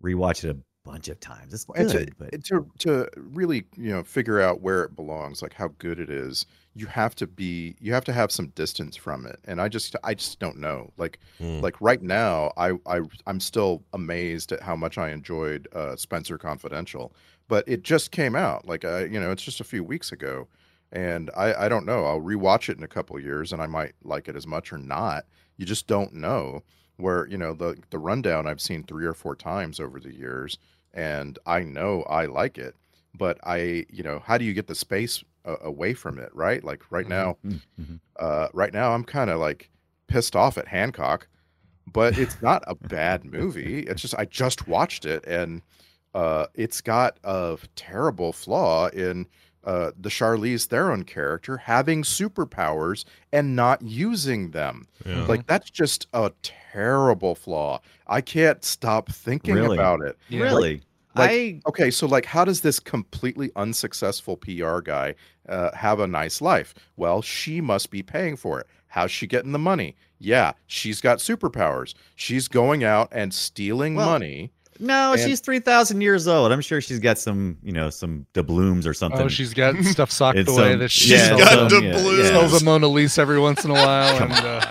E: rewatch it a bunch of times. It's
F: Well, and
E: good, but
F: to, to to really you know figure out where it belongs like how good it is you have to be you have to have some distance from it and i just i just don't know like
E: Hmm.
A: mm.
F: like right now i i i'm still amazed at how much i enjoyed uh spencer confidential but it just came out like uh, you know it's just a few weeks ago and i i don't know i'll rewatch it in a couple years and i might like it as much or not you just don't know where you know the the rundown i've seen three or four times over the years and i know i like it but i you know how do you get the space uh, away from it right like right now
E: Mhm.
F: uh right now i'm kind of like pissed off at hancock but it's not a bad movie it's just i just watched it and uh it's got a terrible flaw in uh, the Charlize Theron character having superpowers and not using them.
A: yeah.
F: Like that's just a terrible flaw. I can't stop thinking
E: Really?
F: about it.
G: Yeah.
E: really,
F: Like-
E: I
F: Okay, so like how does this completely unsuccessful PR guy uh, have a nice life? Well, she must be paying for it. How's she getting the money? Yeah, she's got superpowers. She's going out and stealing
E: Well,
F: money.
E: no,
F: and-
E: she's three thousand years old. I'm sure she's got some you know some doubloons or something.
G: Oh, she's got stuff socked
E: It's
G: away
E: some-
G: that she
A: She's
E: yeah,
G: sells,
A: got
E: some-
G: a,
A: the
E: yeah,
A: blues.
E: yeah.
G: sells a Mona Lisa every once in a while. and, uh,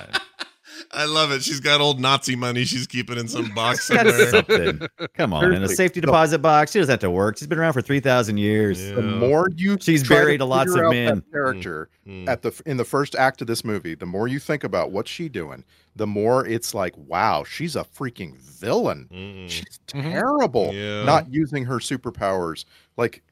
A: I love it. She's got old Nazi money she's keeping in some box
E: Got
A: somewhere.
E: something. Come on, in a
F: Seriously.
E: safety deposit box. She doesn't have to work. She's been around for three thousand years.
A: Yeah.
F: The more you
E: She's
F: try to
E: buried a lots
F: figure
E: of
F: out that
E: men.
F: character
A: Mm.
F: at the in the first act of this movie, the more you think about what she doing, the more it's like, wow, she's a freaking villain.
A: Mm.
F: She's
G: Mhm.
F: terrible.
A: Yeah.
F: Not using her superpowers. Like,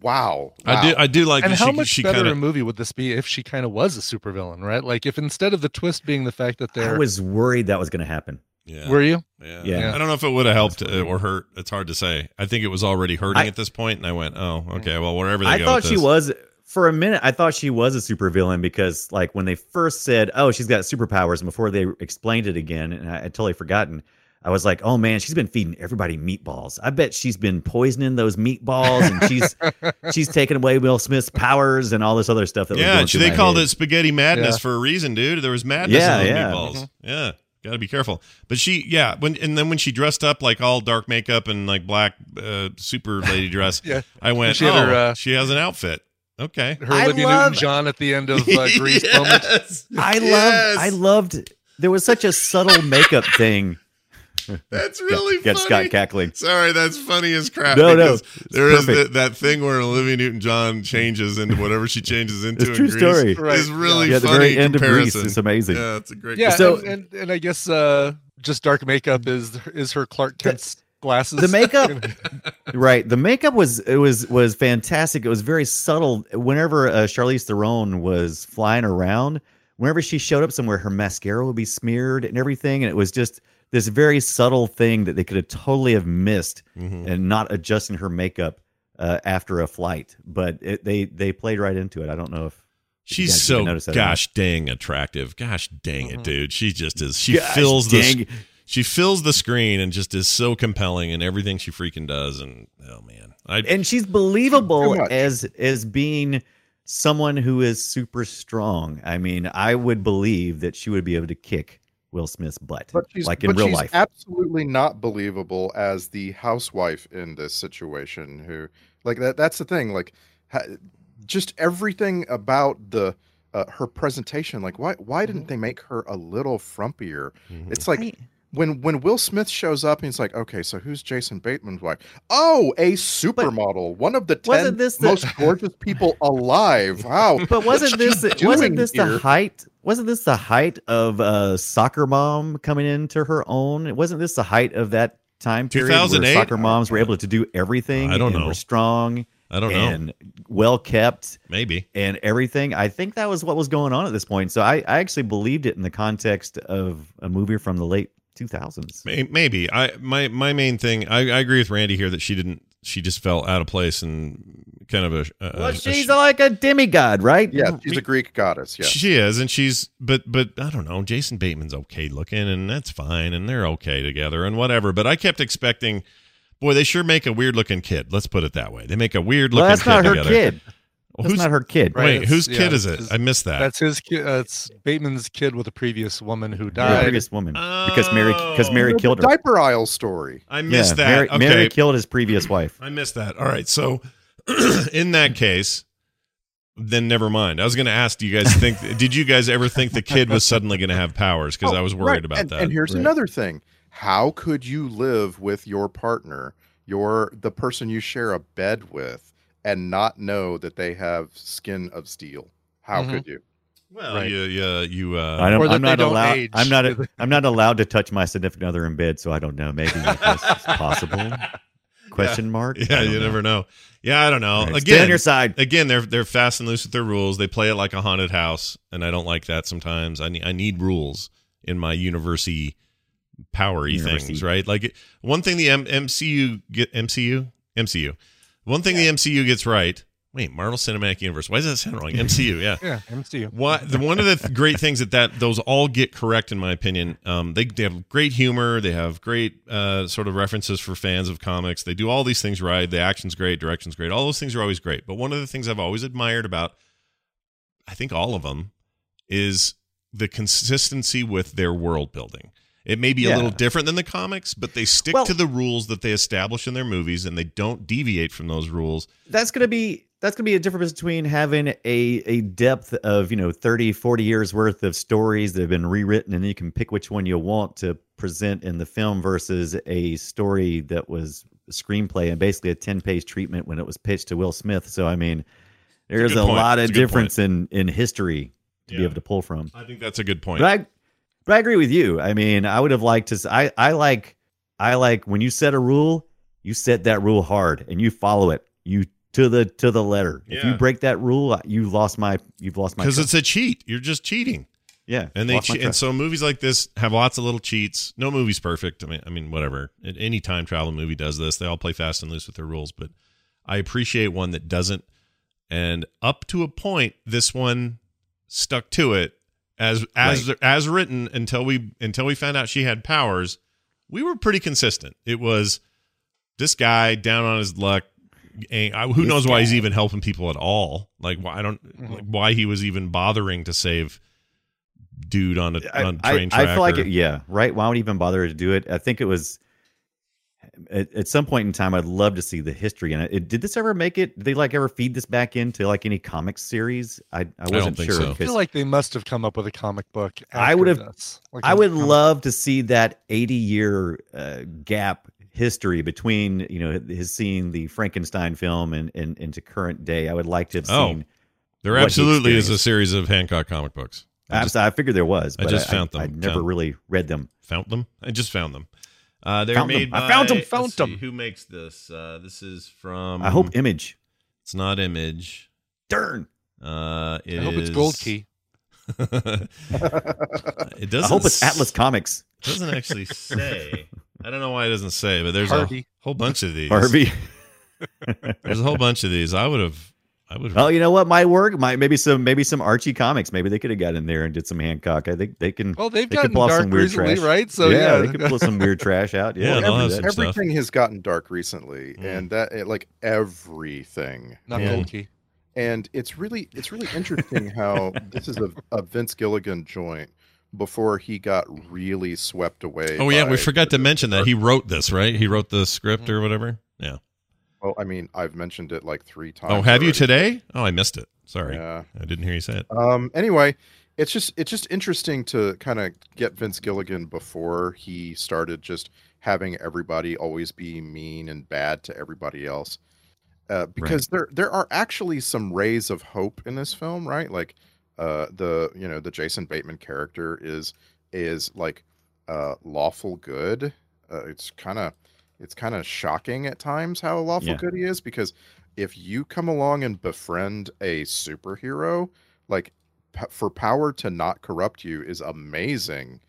F: wow.
A: I do. I do like
G: and
A: that
G: how
A: she,
G: much
A: she
G: better
A: kind
G: a
A: of.
G: movie would this be if she kind of was a supervillain, right? Like if instead of the twist being the fact that
E: I
G: they're
E: was worried that was going to happen.
A: Yeah.
G: were you?
A: Yeah.
E: Yeah.
A: I don't know if it would have helped uh, or hurt. It's hard to say. I think it was already hurting
E: I-
A: at this point, and I went, "Oh, okay. Well, wherever they
E: I
A: go."
E: thought
A: with
E: she
A: this.
E: was for a minute. I thought she was a supervillain because, like, when they first said, "Oh, she's got superpowers," and before they explained it again, and I had totally forgotten. I was like, "Oh man, she's been feeding everybody meatballs. I bet she's been poisoning those meatballs, and she's she's taking away Will Smith's powers and all this other stuff." That was
A: Yeah,
E: going
A: she-
E: through
A: they
E: my
A: called
E: head.
A: it spaghetti madness
G: Yeah. Mm-hmm.
A: for a reason, dude. There was madness
E: Yeah,
A: in the
E: yeah.
A: meatballs. Yeah, got to be careful. But she, yeah, when and then when she dressed up like all dark makeup and like black uh, super lady dress,
G: Yeah.
A: I went,
G: She had her,
A: oh,
G: uh,
A: she has an outfit. Okay,
G: Her
E: I
G: Olivia
E: love-
G: Newton-John at the end of uh, Grease moment.
E: I loved.
A: Yes.
E: I loved. There was such a subtle makeup thing.
A: That's really
E: Got
A: funny.
E: Scott cackling.
A: Sorry, that's funny as crap.
E: No, no,
A: because
E: it's
A: there is
E: perfect.
A: that- that thing where Olivia Newton-John changes into whatever she changes into.
E: It's a true
A: in Grease
E: story.
A: Is really
E: yeah, at the
A: funny
E: very end
A: comparison.
E: of Greece. It's amazing.
A: Yeah, it's a great.
G: Yeah,
E: So-
G: and, and and I guess uh just dark makeup is is her Clark Kent's glasses.
E: the makeup right the makeup was it was was fantastic it was very subtle whenever uh, charlize theron was flying around whenever she showed up somewhere her mascara would be smeared and everything and it was just this very subtle thing that they could have totally have missed
A: Mhm.
E: and not adjusting her makeup uh, after a flight but it, they they played right into it i don't know if if you
A: She's
E: guys even
A: so
E: noticed that or not.
A: gosh dang attractive. Gosh dang it, dude. She just is. She
E: Gosh
A: fills the
E: dang.
A: she fills the screen and just is so compelling in everything she freaking does. And oh man, I
E: and she's believable
F: Pretty much.
E: as as being someone who is super strong. I mean, I would believe that she would be able to kick Will Smith's butt,
F: But she's
E: like in
F: but
E: real
F: she's
E: life.
F: absolutely not believable as the housewife in this situation. Who like that? That's the thing. Like, ha, just everything about the uh, her presentation. Like, why why
E: Mm-hmm.
F: didn't they make her a little frumpier?
A: mm-hmm.
F: It's like.
E: Right.
F: When when Will Smith shows up, he's like, "Okay, so who's Jason Bateman's wife? Oh, a supermodel, one of the ten
E: wasn't this the-
F: most gorgeous people alive. Wow!"
E: but wasn't this
F: doing
E: wasn't this the
F: here?
E: height? Wasn't this the height of uh, soccer mom coming into her own? Wasn't this the height of that time period where
A: 2008?
E: soccer moms were able to do everything?
A: I don't
E: and
A: know.
E: Were strong
A: I don't know.
E: and well kept.
A: Maybe.
E: and everything. I think that was what was going on at this point. So I, I actually believed it in the context of a movie from the late 2000s.
A: May- Maybe I my my main thing. I, I agree with Randy here that she didn't. She just felt out of place and kind of a. a
E: Well,
A: a-
E: she's like a demigod, right?
F: yeah, she's a Greek goddess. Yeah,
A: She is, and she's but but I don't know. Jason Bateman's okay looking, and that's fine, and they're okay together, and whatever. But I kept expecting, boy, they sure make a weird looking kid. Let's put it that way. They make a weird looking.
E: Well, that's
A: kid
E: not her
A: together.
E: kid.
A: Well,
E: That's
A: who's
E: not her kid.
G: Right,
A: Wait,
G: it's-
A: whose
G: yeah,
A: kid is it?
G: it's-
A: I missed that.
G: That's his kid. That's Bateman's kid with a previous woman who
E: The
G: died.
E: previous woman, because Mary, because
A: Oh.
E: Mary
F: The
E: killed her.
F: diaper aisle story.
A: I missed that.
E: Mary,
A: okay, Uh,
E: Mary killed his previous wife.
A: I missed that. All right, so in that case, then never mind. I was going to ask, do you guys think? did you guys ever think the kid was suddenly going to have powers? Because
F: Oh,
A: I was worried
F: right.
A: about
F: and,
A: that.
F: And here's
E: Right.
F: another thing: How could you live with your partner, your the person you share a bed with, and not know that they have skin of steel? How
A: Mm-hmm.
G: Mhm.
F: could you?
A: well,
G: Right.
A: you, you, you. Uh,
E: I don't,
G: Or that
E: I'm
G: they
E: not
G: don't
E: allowed.
G: age.
E: I'm not. I'm not allowed to touch my significant other in bed, so I don't know. Maybe that's possible? Question mark. I
A: Yeah,
E: don't
A: you
E: know.
A: never know. Yeah, I don't know.
E: Right. Stay on
A: Again,
E: your side.
A: again, they're they're fast and loose with their rules. They play it like a haunted house, and I don't like that sometimes. I need I need rules in my university powery
E: University.
A: things, right? Like it- one thing the M- MCU get MCU MCU. One thing the MCU gets right. Wait, Marvel Cinematic Universe. Why does that sound wrong? MCU, yeah.
G: Yeah, MCU.
A: What the one of the th- great things that that those all get correct in my opinion. Um, they they have great humor. They have great uh, sort of references for fans of comics. They do all these things right. The action's great, direction's great. All those things are always great. But one of the things I've always admired about, I think all of them, is the consistency with their world building. It may be a
E: Yeah.
A: little different than the comics, but they stick
E: Well-
A: to the rules that they establish in their movies, and they don't deviate from those rules.
E: that's going to be that's going to be a difference between having a a depth of you know 30 40 years worth of stories that have been rewritten and you can pick which one you want to present in the film versus a story that was a screenplay and basically a 10 page treatment when it was pitched to will smith so i mean there's
A: good
E: a,
A: point.
E: lot
A: It's
E: of
A: a good
E: difference in in history to
A: Yeah.
E: be able to pull from
A: I think that's a good point.
E: but I, but I agree with you. I mean, I would have liked to. s- I, I like, I like when you set a rule, you set that rule hard and you follow it. You to the to the letter. If
A: Yeah.
E: you break that rule, you lost my, you've lost my.
A: Because
E: trust.
A: it's a cheat. You're just cheating.
E: yeah,
A: and they
E: lost my
A: che- and
E: trust.
A: so movies like this have lots of little cheats. No movie's perfect. I mean, I mean, whatever. A- Any time travel movie does this, they all play fast and loose with their rules. But I appreciate one that doesn't. And up to a point, this one stuck to it as as as written until we until we found out she had powers. We were pretty consistent. It was this guy down on his luck. And I, who
E: This
A: knows why he's
E: guy. Mm-hmm.
A: even helping people at all? Like, why I don't like, why he was even bothering to save dude on a
E: I,
A: on
E: I-
A: train
E: I
A: track.
E: feel like
A: or-
E: it, yeah, right. Why would he even bother to do it? I think it was at, at some point in time, I'd love to see the history in it. It- Did this ever make it? Did they like ever feed this back into like any comic series? I, I wasn't
A: think
E: sure.
A: so. I
G: I
E: 'cause
G: feel like they must have come up with a comic book.
E: I would
G: after
E: have-
G: this. Like
E: I
G: a
E: would
G: comic-
E: love to see that 80 year uh, gap history between, you know, his seeing the Frankenstein film and, and, and to current day. I would like to have
A: Oh,
E: seen.
A: There
E: what he
A: absolutely is a
E: experienced.
A: series of Hancock comic books. I
E: I,
A: just
E: I figured there was,
A: I
E: but I
A: just found them.
E: I never
A: Found-
E: really read them.
A: found them. I just found them. Uh, they're
E: Found them.
A: made.
E: I found
A: by-
E: them, found
A: let's see,
E: them.
A: who makes this? Uh, this is from.
E: I hope Image.
A: it's not Image.
E: Darn.
A: Uh, it
G: I hope
A: is-
G: it's Gold Key.
A: it doesn't.
E: I hope it's
A: s-
E: Atlas Comics.
A: Doesn't actually say. I don't know why it doesn't say, but there's
G: Harvey.
A: a whole bunch of these.
E: Harvey.
A: There's a whole bunch of these. I would have. I would.
E: Oh,
A: have
E: you know what? My work might maybe some maybe some Archie comics. Maybe they could have got in there and did some Hancock. I think they can.
G: Well, they've
E: they
G: gotten
E: could pull off
G: dark
E: some weird
G: recently,
E: trash.
G: right? So
E: yeah,
G: yeah,
E: they could pull some weird trash out.
A: Yeah,
E: Yeah,
A: they'll
E: I'll
A: have
E: do
A: some
E: that.
A: stuff.
F: everything has gotten dark recently,
A: Mm.
F: and that it- like everything.
G: not
F: and,
G: Gold Key.
F: and it's really it's really interesting how this is a, a Vince Gilligan joint before he got really swept away.
A: Oh yeah,
F: by-
A: we forgot to mention that he wrote this, right? He wrote the script
F: Mm-hmm.
A: or whatever. Yeah.
F: Well, I mean, I've mentioned it like three times.
A: Oh, have you
F: already.
A: today? Oh, I missed it. Sorry,
F: Yeah.
A: I didn't hear you say it.
F: Um. Anyway, it's just it's just interesting to kind of get Vince Gilligan before he started just having everybody always be mean and bad to everybody else. Uh, because there there are actually some rays of hope in this film, right? Like, uh, the you know the Jason Bateman character is is like uh lawful good. Uh, it's kind of it's kind of shocking at times how lawful
E: Yeah.
F: good he is because if you come along and befriend a superhero, like p- for power to not corrupt you is amazing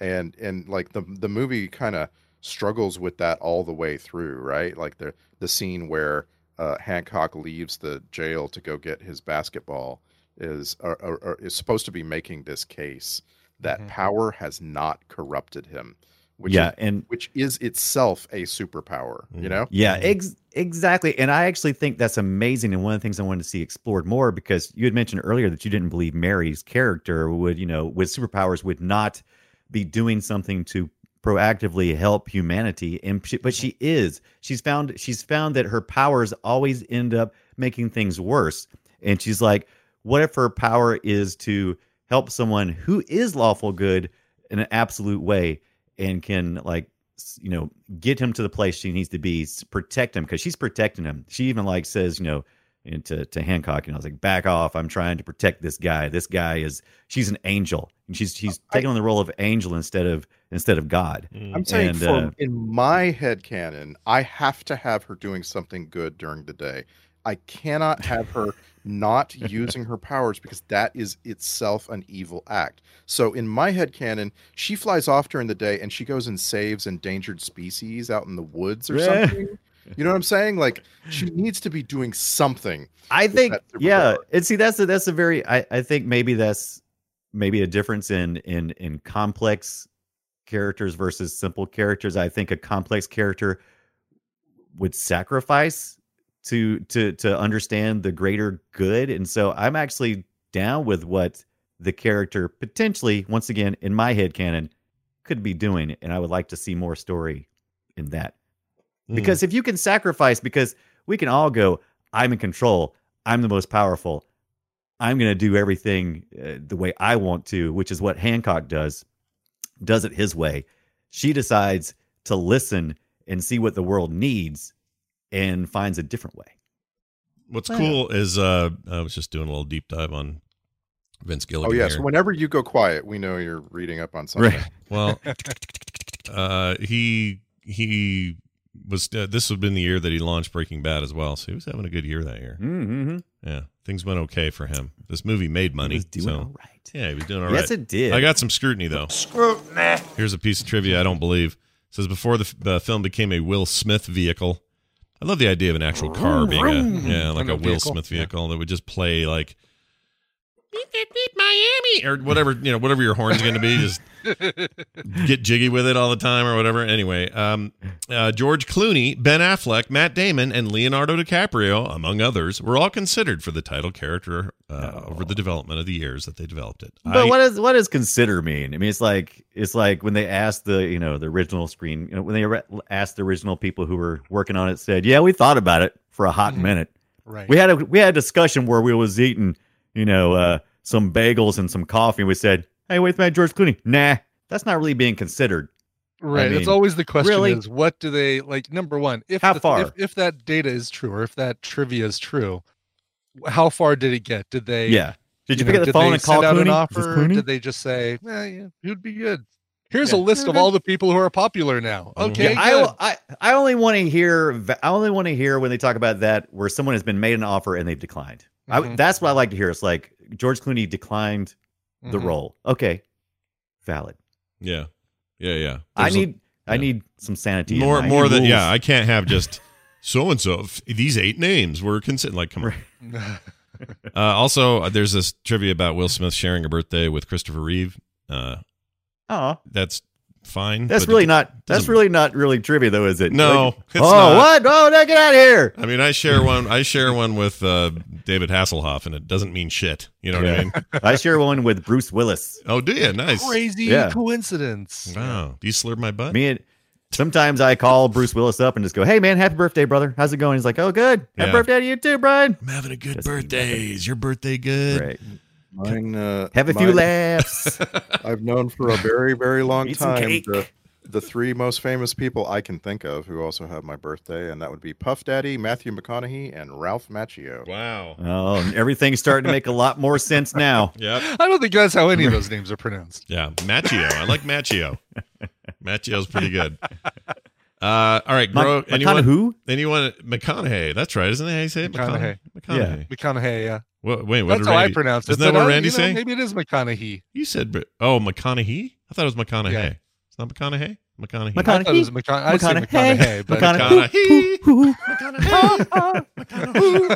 F: and and like the the movie kind of struggles with that all the way through right like the the scene where uh, hancock leaves the jail to go get his basketball is or, or, or is supposed to be making this case that
G: Mhm.
F: power has not corrupted him which
E: yeah,
F: is,
E: and
F: which is itself a superpower you
A: Mm.
F: know
E: Yeah, ex- exactly. And I actually think that's amazing. And one of the things I wanted to see explored more because you had mentioned earlier that you didn't believe Mary's character would, you know, with superpowers would not be doing something to proactively help humanity. And she, but she is. She's found she's found that her powers always end up making things worse. And she's like, what if her power is to help someone who is lawful good in an absolute way and can like s- you know get him to the place she needs to be s- protect him because she's protecting him she even like says you know and to, to hancock and i was like back off i'm trying to protect this guy this guy is she's an angel and she's she's taking on the role of angel instead of instead of god
F: I'm saying
E: And,
F: for,
E: uh,
F: in my head canon, I have to have her doing something good during the day. I cannot have her not using her powers because that is itself an evil act. So in my head canon, she flies off during the day and she goes and saves endangered species out in the woods or
E: Yeah.
F: something. You know what I'm saying? Like she needs to be doing something.
E: I think
F: that super
E: yeah,
F: power.
E: and see that's a, that's a very I, I think maybe that's maybe a difference in in in complex characters versus simple characters. I think a complex character would sacrifice to to to understand the greater good, and so I'm actually down with what the character potentially once again in my head canon could be doing, and I would like to see more story in that
F: Hmm.
E: because if you can sacrifice because we can all go i'm in control i'm the most powerful i'm going to do everything uh, the way i want to which is what hancock does does it his way she decides to listen and see what the world needs and finds a different way
A: What's
E: Yeah.
A: cool is uh, I was just doing a little deep dive on Vince Gilligan.
F: Oh yeah.
A: here.
F: So whenever you go quiet, we know you're reading up on something.
A: Well, uh, he he was. Uh, this would have been the year that he launched Breaking Bad as well, so he was having a good year that year.
E: mm-hmm.
A: Yeah, things went okay for him. This movie made money,
E: doing
A: so
E: all right
A: yeah, he was doing all right.
E: yes it did
A: I got some scrutiny though. Scrutiny. Here's a piece of trivia I don't believe. It says before the f- uh, film became a Will Smith vehicle. I love the idea of an actual car being a yeah, like
G: Kind
A: a
G: of
A: Will
G: vehicle,
A: Smith
G: yeah.
A: vehicle that would just play like me or whatever you know whatever your horn's going to be just get jiggy with it all the time or whatever anyway um, uh, george clooney ben affleck matt damon and leonardo dicaprio among others were all considered for the title character uh, over the development of the years that they developed it
E: But
A: I-
E: what does what does consider mean? I mean, it's like it's like when they asked the you know the original screen you know, when they re- asked the original people who were working on it said, yeah, we thought about it for a
A: Mm-hmm.
E: hot minute.
G: Right.
E: We had a we had a discussion where we was eating you know uh, some bagels and some coffee. and We said, hey, wait a minute, George Clooney. Nah, that's not really being considered.
G: Right.
E: mean,
G: That's always the question
E: really?
G: is what do they like number one, if
E: How
G: the-
E: far?
G: if, if that data is true or if that trivia is true, wh- how far did it get? Did they
E: Yeah. Did you,
G: know,
E: pick up the
G: did
E: phone
G: they
E: and call
G: send out
E: Clooney?
G: an
E: Is this
G: offer?
E: Clooney?
G: Did they just say, eh, yeah, it would be good? Here's a
E: Yeah. Mm-hmm.
G: list of all the people who are popular now.
A: Mhm.
G: Okay,
E: I,
G: good.
E: will- I I only want to hear va- I only want to hear when they talk about that where someone has been made an offer and they've declined. I,
G: Mhm.
E: that's what I like to hear. It's like George Clooney declined the
G: Mhm.
E: role. Okay, valid.
A: yeah yeah yeah
E: I
A: There's a-
E: need I
A: yeah.
E: need some sanity. in
A: more
E: my
A: more than
E: rules.
A: yeah i can't have just so and so these eight names were considered like come on
G: Mm-hmm.
A: uh, also uh, there's this trivia about will smith sharing a birthday with christopher reeve uh,
E: Aw,
A: that's fine
E: that's
A: but it
E: really
A: d-
E: not that's
A: doesn't-
E: really not really trivia though, is it?
A: No,
E: Like,
A: it's
E: oh
A: not.
E: what? Oh, no, get out of here.
A: I mean, I share one. I share one with uh, David Hasselhoff, and it doesn't mean shit. You know what I mean?
E: I share one with Bruce Willis.
A: Oh, do you? Nice.
G: Crazy
E: Yeah.
G: coincidence.
A: Wow. Do you slurp my butt?
E: Me and sometimes I call Bruce Willis up and just go, "Hey man, happy birthday, brother. How's it going?" He's like, "Oh, good. Happy
A: Yeah.
E: birthday to you too, Brian."
A: I'm having a good
E: Doesn't mean
A: birthday. Is your birthday good?
E: Right.
F: Mine, uh,
E: Have a few
F: mine-
E: laughs.
F: I've known for a very, very long
E: Eat some
F: time
E: cake.
F: the, the three most famous people I can think of who also have my birthday, and that would be Puff Daddy, Matthew McConaughey, and Ralph Macchio.
A: Wow.
E: oh, and everything's starting to make a lot more sense now.
A: Yep.
G: I don't think that's how any of those names are pronounced.
A: Yeah. Macchio. I like Macchio. Macchio's pretty good. Uh, all right,
E: Ma-
A: Gro.
E: Ma-
A: anyone?
E: who?
A: Anyone? McConaughey. That's right, isn't it? How you say it?
G: McConaughey.
A: McConaughey.
G: McConaughey, yeah.
A: Wha- wait, what
G: that's
A: did
G: how
A: Randy?
G: I pronounce it.
A: Isn't that
G: but
A: what
G: I-
A: Randy
G: you know,
A: saying?
G: Maybe it is McConaughey.
A: You said, Br- oh, McConaughey. I thought it was McConaughey.
G: Yeah.
A: It's not McConaughey. McConaughey.
E: McCona-
G: I thought it was McCon- I said McConaughey, but
E: McCona-
A: McConaughey.
E: who- who- who-
A: McConaughey.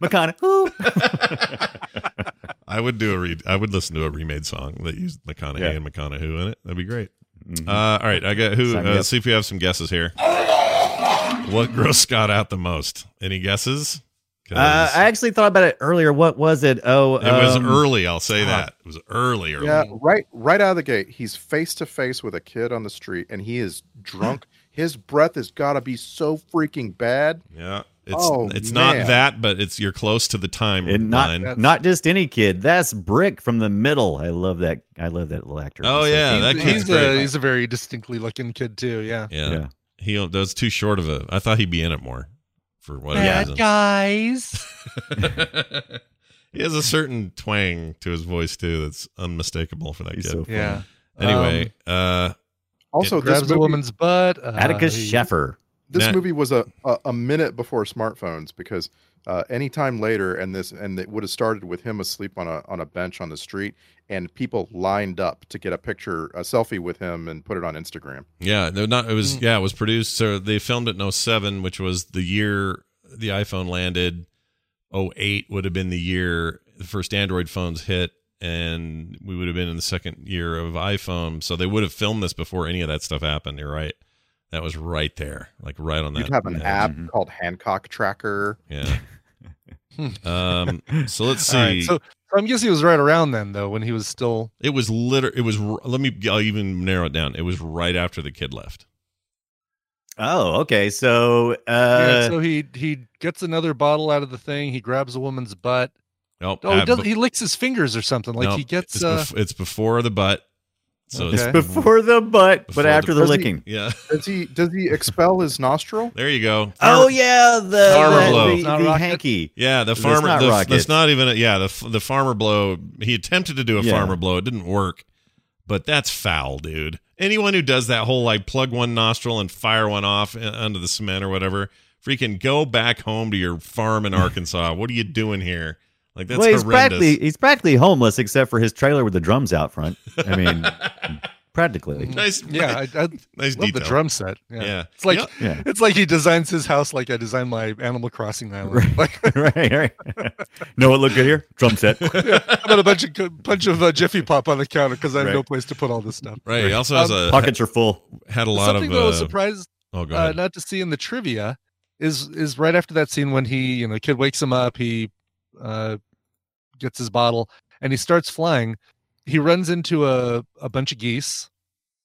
E: McCona- who?
A: I would do a read. I would listen to a remade song that used McConaughey
E: Yeah. Mm-hmm.
A: and McConaughey in it. That'd be great. Uh, all right, I got who.
E: Sign me
A: Uh,
E: up.
A: see if we have some guesses here. What grossed Scott out the most? Any guesses? 'Cause
E: Uh, I actually thought about it earlier. What was it? Oh,
A: it was
E: um,
A: early. I'll say that it was early. early.
F: Yeah, right, right out of the gate, he's face to face with a kid on the street, and he is drunk. His breath has got to be so freaking bad.
A: Yeah. It's
F: Oh,
A: it's not
F: man.
A: that, but it's you're close to the time
E: And
A: line.
E: not not just any kid. That's Brick from the middle. I love that. I love that little actor.
A: Oh,
E: He's so
A: yeah,
E: cute.
A: that kid's
G: he's
A: great.
G: a he's a very distinctly looking kid too. Yeah.
A: yeah.
E: yeah.
A: He that was too short of a. I thought he'd be in it more for whatever
E: Bad
A: reason.
G: guys.
A: he has a certain twang to his voice too that's unmistakable for that
E: He's
A: kid.
E: so funny.
G: Yeah.
A: anyway,
G: Um,
A: uh
F: Also,
A: It
F: this
G: Grabs a
F: movie,
G: woman's butt. Uh,
E: Atticus
G: he-
E: Sheffer.
F: this
A: Nah.
F: movie was a, a a minute before smartphones because uh, anytime later, and this and it would have started with him asleep on a on a bench on the street, and people lined up to get a picture, a selfie with him, and put it on Instagram.
A: yeah, no not it was
G: mm.
A: yeah, it was produced so they filmed it in 07 which was the year the iPhone landed. 08 would have been the year the first Android phones hit and we would have been in the second year of iPhone. So they would have filmed this before any of that stuff happened. You're right. That was right there. Like right on that.
F: You'd have an
A: edge.
F: app
E: Mhm.
F: called Hancock Tracker.
A: Yeah. um so let's see.
G: All right, so, so I'm guessing he was right around then though when he was still
A: It was liter. It was. r- Let me. I'll even narrow it down. It was right after the kid left.
E: Oh, okay. So, uh,
G: yeah, so he he gets another bottle out of the thing. He grabs a woman's butt.
A: Nope.
G: Oh, he,
A: Uh,
G: does,
A: but-
G: he licks his fingers or something. Like
A: nope.
G: he gets.
A: It's,
G: Uh,
A: bef- it's before the butt. So
G: Okay.
A: it's-
E: before the butt,
A: Before
E: but
A: the-
E: after the,
F: Does he-
E: licking.
A: yeah.
F: Does he does he expel his nostril?
A: There you go.
E: oh yeah, the
A: Farmer
E: the,
A: blow.
E: the-
A: It's
G: not
E: the
G: rocket.
E: hanky.
A: Yeah. The
E: That's
A: farmer.
E: not
A: the,
E: rocket.
A: That's not even. A, yeah. The f- the farmer blow. He attempted to do a
E: Yeah.
A: farmer blow. It didn't work. But that's foul, dude. Anyone who does that whole like plug one nostril and fire one off uh, under the cement or whatever, freaking go back home to your farm in Arkansas. what are you doing here? Like that's
E: well, he's
A: horrendous.
E: practically he's practically homeless except for his trailer with the drums out front. I mean, practically.
A: Nice.
G: mm, Yeah, I, I
A: Nice
G: love
A: detail.
G: the drum set. Yeah,
A: Yeah.
G: it's like
A: Yep.
E: Yeah.
G: it's like he designs his house like I designed my Animal Crossing island. Like
E: right, right. no, it look good here. Drum set.
G: I got a bunch of co- bunch of uh, Jiffy Pop on the counter because I have
E: Right.
G: no place to put all this stuff.
A: Right. He also has a
E: Pockets are full.
A: had a lot of.
G: Something that I was
A: uh,
G: surprised
A: oh, go
G: uh,
A: ahead.
G: not to see in the trivia is is right after that scene when he you know kid wakes him up he uh gets his bottle and he starts flying he runs into a a bunch of geese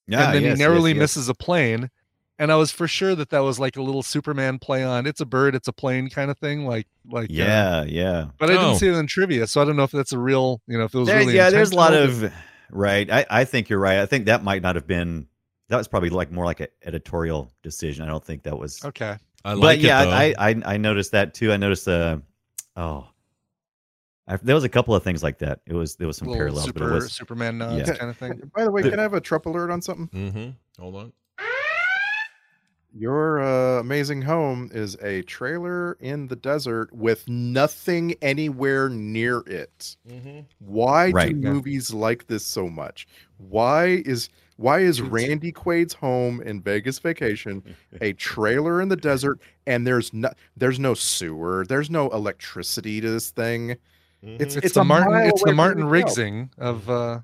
E: Yeah,
G: and then
E: Ah, yes,
G: he narrowly
E: yes, yes.
G: misses a plane and i was for sure that that was like a little superman play on it's a bird it's a plane kind of thing like like uh,
E: Yeah, yeah.
G: but i didn't
A: Oh.
G: see it in trivia so i don't know if that's a real you know if it was
E: There-
G: really
E: yeah, there's a lot
G: intentional,
E: of right. I, I think you're right. I think that might not have been. That was probably like more like an editorial decision. I don't think that was.
G: but- okay
A: I
E: but
A: like
E: yeah,
A: it though.
E: I, I I noticed that too. I noticed uh oh, I, there was a couple of things like that. It was there was some
G: little
E: parallels, but
G: super
E: it was
G: superman nods
F: Yeah.
G: kind of thing
F: By the way, can I have a trip alert on something?
A: mm-hmm. Hold on.
F: Your uh, amazing home is a trailer in the desert with nothing anywhere near it. Why
E: Right.
F: do
G: Yeah.
F: movies like this so much? Why is why is Randy Quaid's home in Vegas Vacation a trailer in the desert and there's no there's no sewer, there's no electricity to this thing? It's
G: it's,
F: it's
G: the
F: a
G: martin
F: mile
G: it's
F: away
G: the
F: from
G: martin
F: the show.
G: riggsing of uh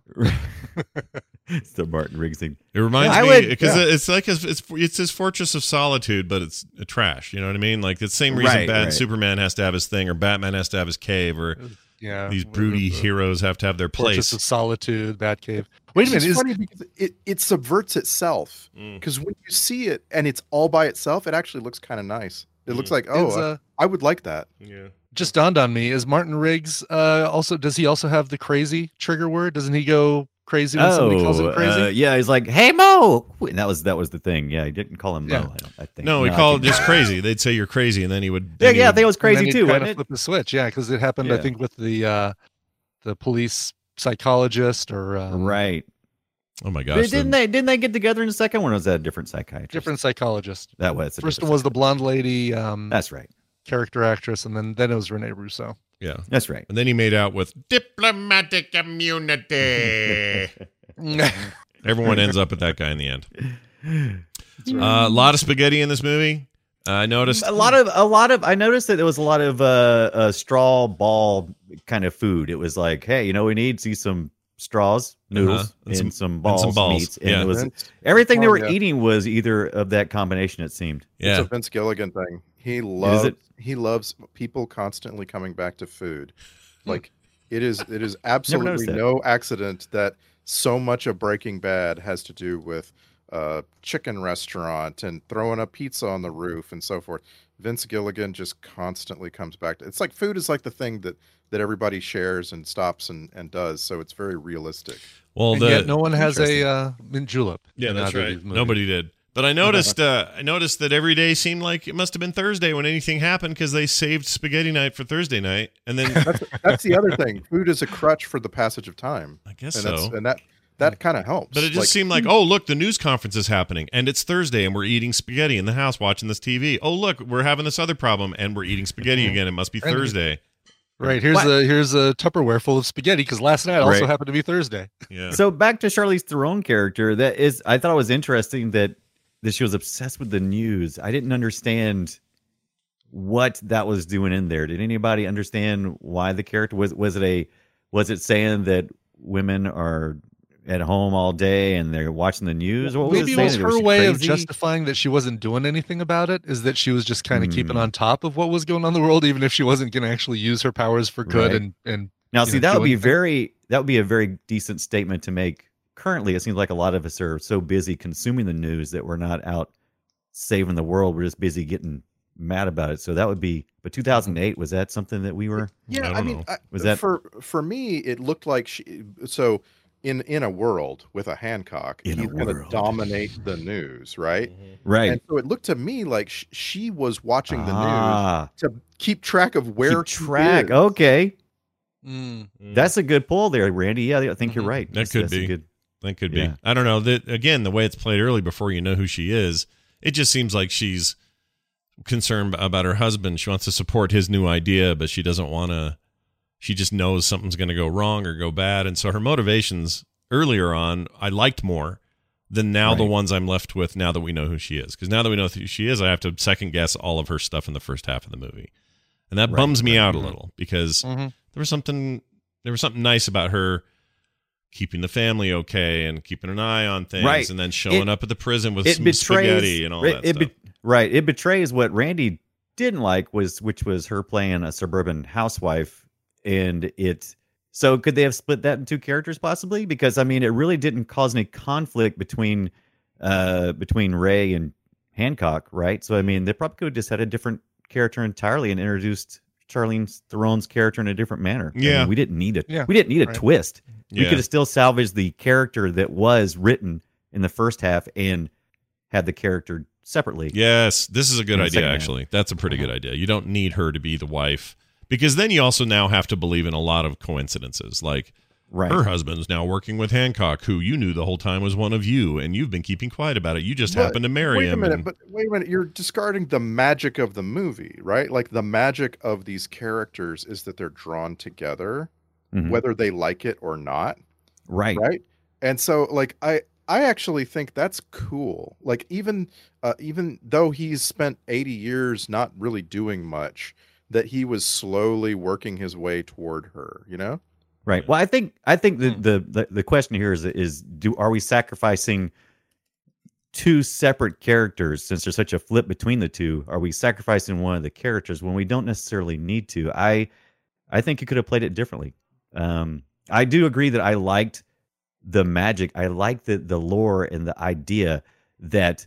E: it's the Martin Riggs thing.
A: It reminds
E: I
A: me
E: would-
A: because
E: yeah.
A: it's like his, it's it's his fortress of solitude, but it's uh, trash. You know what I mean? Like the same reason
E: Right,
A: Bat
E: right.
A: Superman has to have his thing, or Batman has to have his cave, or
G: yeah
A: these
G: what-
A: broody
G: uh,
A: heroes have to have their
G: Fortress
A: place.
G: of Solitude, Batcave. Wait
F: Which
G: a minute,
F: is
G: is,
F: funny because it, it subverts itself.
A: Mm.
F: Because when you see it and it's all by itself, it actually looks kind of nice. It
E: Mm.
F: looks like, oh,
G: is,
F: I-
G: uh,
F: I would like that.
A: Yeah.
G: just dawned on me. Is Martin Riggs uh, also? Does he also have the crazy trigger word? Doesn't he go crazy when somebody calls him
E: Oh,
G: crazy?
E: uh, yeah, he's like, "Hey Mo," and that was that was the thing. Yeah, he didn't call him
G: Yeah.
E: Mo. I, don't, I think
A: No, he
E: I
A: called
E: think-
A: just crazy. They'd say you're crazy, and then he would.
E: Yeah,
A: then he
E: yeah, I
A: would-
E: think it was
G: And then
E: crazy
G: he'd
E: too,
G: kinda
E: wasn't it?
G: Flip the switch, yeah, because it happened, I
E: Yeah.
G: think, with the uh, the police psychologist or um,
E: Right.
A: oh my
E: But
A: gosh!
E: didn't
A: the-
E: they didn't they get together in the second one? Or was that a different psychiatrist?
G: different psychologist.
E: That was a
G: First
E: different
G: one was the
E: psychiatrist.
G: blonde lady um,
E: That's right.
G: character actress, and then then it was Renee Russo.
A: yeah,
E: That's right.
A: and then he made out with diplomatic
G: Eh.
A: immunity. Everyone ends up with that guy in the end. Uh, A lot of spaghetti in this movie. I noticed
E: a lot of a lot of i noticed that there was a lot of uh, uh straw ball kind of food it was like hey you know we need see some straws noodles
A: Uh-huh. And
E: and,
A: some-
E: some,
A: and
E: balls,
A: some balls.
E: meats and
A: Yeah.
E: it was
F: Vince,
E: everything they
F: Oh,
E: were
F: yeah.
E: eating was either of that combination it seemed
A: yeah.
F: It's a Vince Gilligan thing. He loves
E: it?
F: he loves people constantly coming back to food.
A: Hmm.
F: Like it is it is absolutely
E: that.
F: no accident that so much of Breaking Bad has to do with uh chicken restaurant and throwing a pizza on the roof and so forth. Vince Gilligan just constantly comes back to it's like food is like the thing that that everybody shares and stops and, and does. So it's very realistic.
A: well,
G: and
A: the,
G: yet no one has a
E: Interesting.
G: uh, mint julep.
A: Yeah,
G: in
A: that's
G: either of
A: right.
G: these movies.
A: Nobody did. But I noticed uh, I noticed that every day seemed like it must have been Thursday when anything happened because they saved spaghetti night for Thursday night, and then
F: That's that's the other thing. Food is a crutch for the passage of time.
A: I guess
F: and
A: so.
F: that's and that that kind of helps.
A: But it just
F: Like, hmm.
A: seemed like, oh look, the news conference is happening, and it's Thursday, and we're eating spaghetti in the house watching this TV. Oh look, we're having this other problem, and we're eating
F: Mm-hmm.
A: spaghetti again. It must be
G: And-
A: Thursday.
G: Right here's
E: But-
G: a here's a Tupperware full of spaghetti because last night also
E: Right.
G: happened to be Thursday.
A: Yeah,
E: so back to charlie's theron character that is i thought it was interesting that that she was obsessed with the news i didn't understand what that was doing in there did anybody understand why the character was was it a was it saying that women are at home all day and they're watching the news what was it
G: Maybe it
E: saying
G: was
E: That
G: her way of
E: crazy?
G: justifying that she wasn't doing anything about it is that she was just kind of keeping
E: Hmm.
G: on top of what was going on in the world, even if she wasn't going to actually use her powers for good.
E: Right.
G: And and
E: now
G: you
E: see
G: know,
E: that would be
G: doing-
E: very that would be a very decent statement to make currently it seems like a lot of us are so busy consuming the news that we're not out saving the world we're just busy getting mad about it so that would be but 2008 was that something that we were
A: I
F: Yeah, I,
A: don't know.
F: mean, I,
E: Was that-
F: for for me? It looked like she. So in in a world with a Hancock,
E: In a
F: he's going to
E: world.
F: dominate the news, right?
E: right
F: And so it looked to me like sh- she was watching the
E: Ah,
F: news to keep track of where Hmm.
E: keep
F: he
E: track
F: is.
E: okay Hmm.
G: Mm.
E: that's a good pull there randy yeah i think you're
F: Mm-hmm.
G: Mhm.
E: right
A: That
E: That's-
A: could
E: that's a
A: be.
E: good-
A: that could
E: Yeah.
A: be. I don't know. That again, the way it's played early before you know who she is, it just seems like she's concerned about her husband. She wants to support his new idea, but she doesn't want to. She just knows something's going to go wrong or go bad, and so her motivations earlier on I liked more than now the ones I'm left with now that we know who she is. Because now that we know who she is, I have to second guess all of her stuff in the first half of the movie, and that bums me out a little because
G: Mhm.
A: there was something there was something nice about her keeping the family okay and keeping an eye on things,
E: Right.
A: and then showing
E: It-
A: up at the prison with
E: it
A: some
E: betrays
A: spaghetti and all
E: it,
A: that
E: it
A: stuff.
E: be- right it betrays what randy didn't like was which was her playing a suburban housewife and it so could they have split that in two characters possibly because i mean it really didn't cause any conflict between uh between ray and hancock right so i mean they probably could have just had a different character entirely and introduced charlene theron's character in a different manner I mean,
A: Yeah.
E: we didn't need a
G: Yeah,
E: we didn't need a
G: right.
E: twist we
A: Yeah.
E: could have still salvaged the character that was written in the first half and had the character separately.
A: Yes, this is a good
E: In the
A: idea.
E: second half.
A: Actually, that's a pretty good idea. You don't need her to be the wife because then you also now have to believe in a lot of coincidences. Like
E: Right.
A: her husband's now working with Hancock, who you knew the whole time was one of you, and you've been keeping quiet about it. You just
F: But
A: happened to marry
F: wait
A: him.
F: a minute,
A: and-
F: but wait a minute. You're discarding the magic of the movie, right? Like the magic of these characters is that they're drawn together,
E: Mhm.
F: whether they like it or not,
E: Right.
F: right? And so, like I, I actually think that's cool. Like even, uh, even though he's spent 80 years not really doing much, that he was slowly working his way toward her. You know?
E: Right. Well, I think I think the, the the the question here is is do are we sacrificing two separate characters since there's such a flip between the two? Are we sacrificing one of the characters when we don't necessarily need to? I I think you could have played it differently. Um, I do agree that I liked the magic. I liked the the lore and the idea that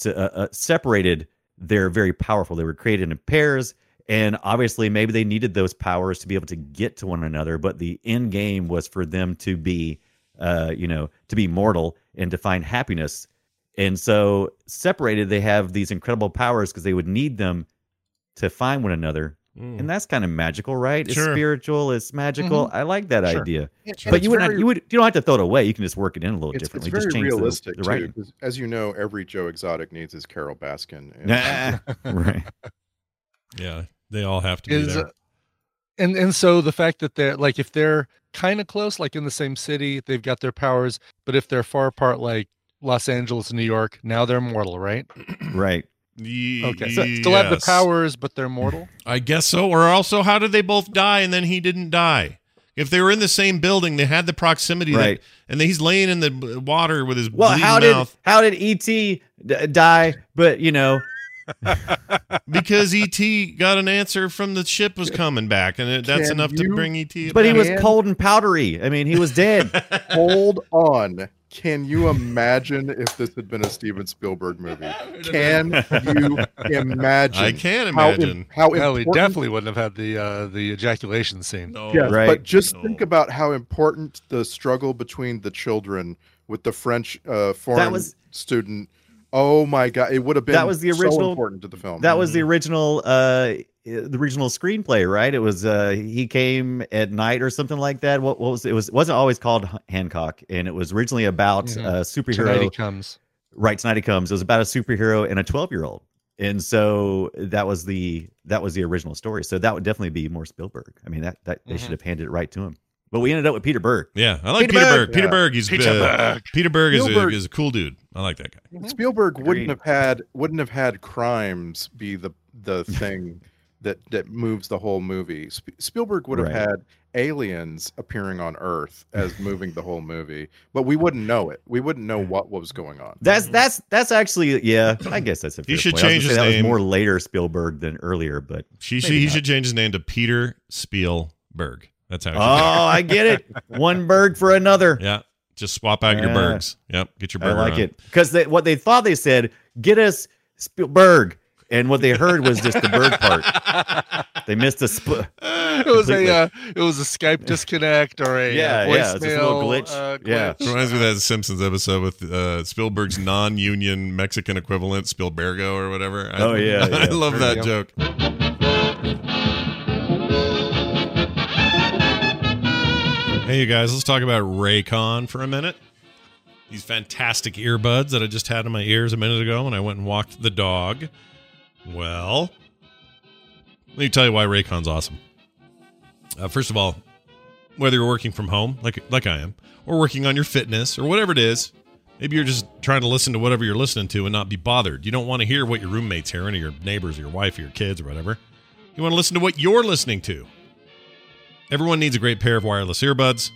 E: to, uh, uh, separated. They're very powerful. They were created in pairs, and obviously, maybe they needed those powers to be able to get to one another. But the end game was for them to be, uh, you know, to be mortal and to find happiness. And so, separated, they have these incredible powers because they would need them to find one another.
A: Mm.
F: Hmm.
E: And that's kind of magical, right? It's
A: Sure.
E: spiritual. It's magical. I like that
G: Sure.
E: idea
F: And
E: but
F: Mm-hmm. it's
E: you would not,
F: very-
E: you would you don't have to throw it away. You can just work it in a little
F: It's, it's
E: differently.
F: very
E: just change
F: realistic
E: the, the
F: too,
E: writing.
F: 'cause as you know, every Joe Exotic needs his Carol Baskin. and-
E: Nah, right.
A: yeah, they all have to be
G: is
A: there.
G: uh, and and so the fact that they're like if they're kind of close like in the same city they've got their powers but if they're far apart like los angeles and new york now they're mortal right
E: Right.
A: Ye-
G: okay so still have the
A: yes.
G: powers but they're mortal
A: I guess so. Or also, how did they both die and then he didn't die? If they were in the same building, they had the proximity, that-
E: Right.
A: and he's laying in the b- water with his
E: Well,
A: bleeding
E: how did
A: mouth.
E: how did ET d- die? But you know,
A: because ET got an answer from the ship was coming back, and it, that's
F: Can
A: enough to
F: you-
A: bring E ET.
E: but he was
F: Man.
E: cold and powdery. I mean, he was dead.
F: Hold on. Can you imagine if this had been a Steven Spielberg movie? Can you imagine?
A: I can
F: how im-
A: imagine.
E: Oh,
F: How,
G: well he
F: important-
G: definitely wouldn't have had the uh the ejaculation scene
A: No,
F: Yes,
E: Oh, Right.
F: But just
A: No.
F: think about how important the struggle between the children with the French uh, foreign
E: was-
F: student. Oh my God! It would have been
E: That was the
F: so
E: original-
F: important to the film.
E: That was the original uh the original screenplay, right? It was uh he came at night or something like that. What, what was it was it wasn't always called H- Hancock and it was originally about
G: Mhm.
E: uh superhero
G: tonight he comes
E: right tonight he comes it was about a superhero and a 12 year old and so that was the that was the original story so that would definitely be more spielberg i mean that that they should have handed it right to him but we ended up with peter burke
A: Yeah, I like
E: Peter
A: Peter, Berg. Peter
F: Yeah.
A: Berg, he's Peter Berg. Peter Berg is a,
F: Spielberg.
A: is a cool dude. I like that guy.
F: Spielberg
E: Mm-hmm. Agreed.
F: wouldn't have had wouldn't have had crimes be the the thing that that moves the whole movie. Sp- Spielberg would have
E: Right.
F: had aliens appearing on Earth as moving the whole movie, but we wouldn't know it. We wouldn't know what was going on.
E: that's that's that's actually yeah i guess that's a fair
A: Mm-hmm. should
E: point. I was
A: change
E: gonna
A: his
E: say that
A: name.
E: was more later spielberg than earlier but
A: She,
E: Maybe
A: she, he
E: not.
A: should change his name to Peter Spielberg. That's how.
E: oh
A: he should do
E: i get it one bird for another
A: it. Yeah, just swap out your
E: Yeah.
A: Bergs. Yep, get your
E: i
A: burger.
E: like
A: on.
E: it because they, what they thought they said get us spielberg and what they heard was just the bird part they missed the sp-
G: it was
E: Completely.
G: a uh, it was a skype disconnect or a
E: Yeah,
G: uh,
E: yeah, it's just a little
G: voicemail,
E: glitch.
G: uh,
E: Yeah.
A: It reminds me of that Simpsons episode with uh, Spielberg's non-union Mexican equivalent, Spielbergo or whatever. I,
E: Oh, yeah,
A: I
E: yeah.
A: love that
G: Yeah.
A: joke. Hey, you guys, let's talk about Raycon for a minute. These fantastic earbuds that I just had in my ears a minute ago when I went and walked the dog. Well, let me tell you why Raycon's awesome. Uh, first of all, whether you're working from home, like like I am, or working on your fitness or whatever it is, Maybe you're just trying to listen to whatever you're listening to and not be bothered. You don't want to hear what your roommate's hearing or your neighbors or your wife or your kids or whatever. You want to listen to what you're listening to. Everyone needs a great pair of wireless earbuds.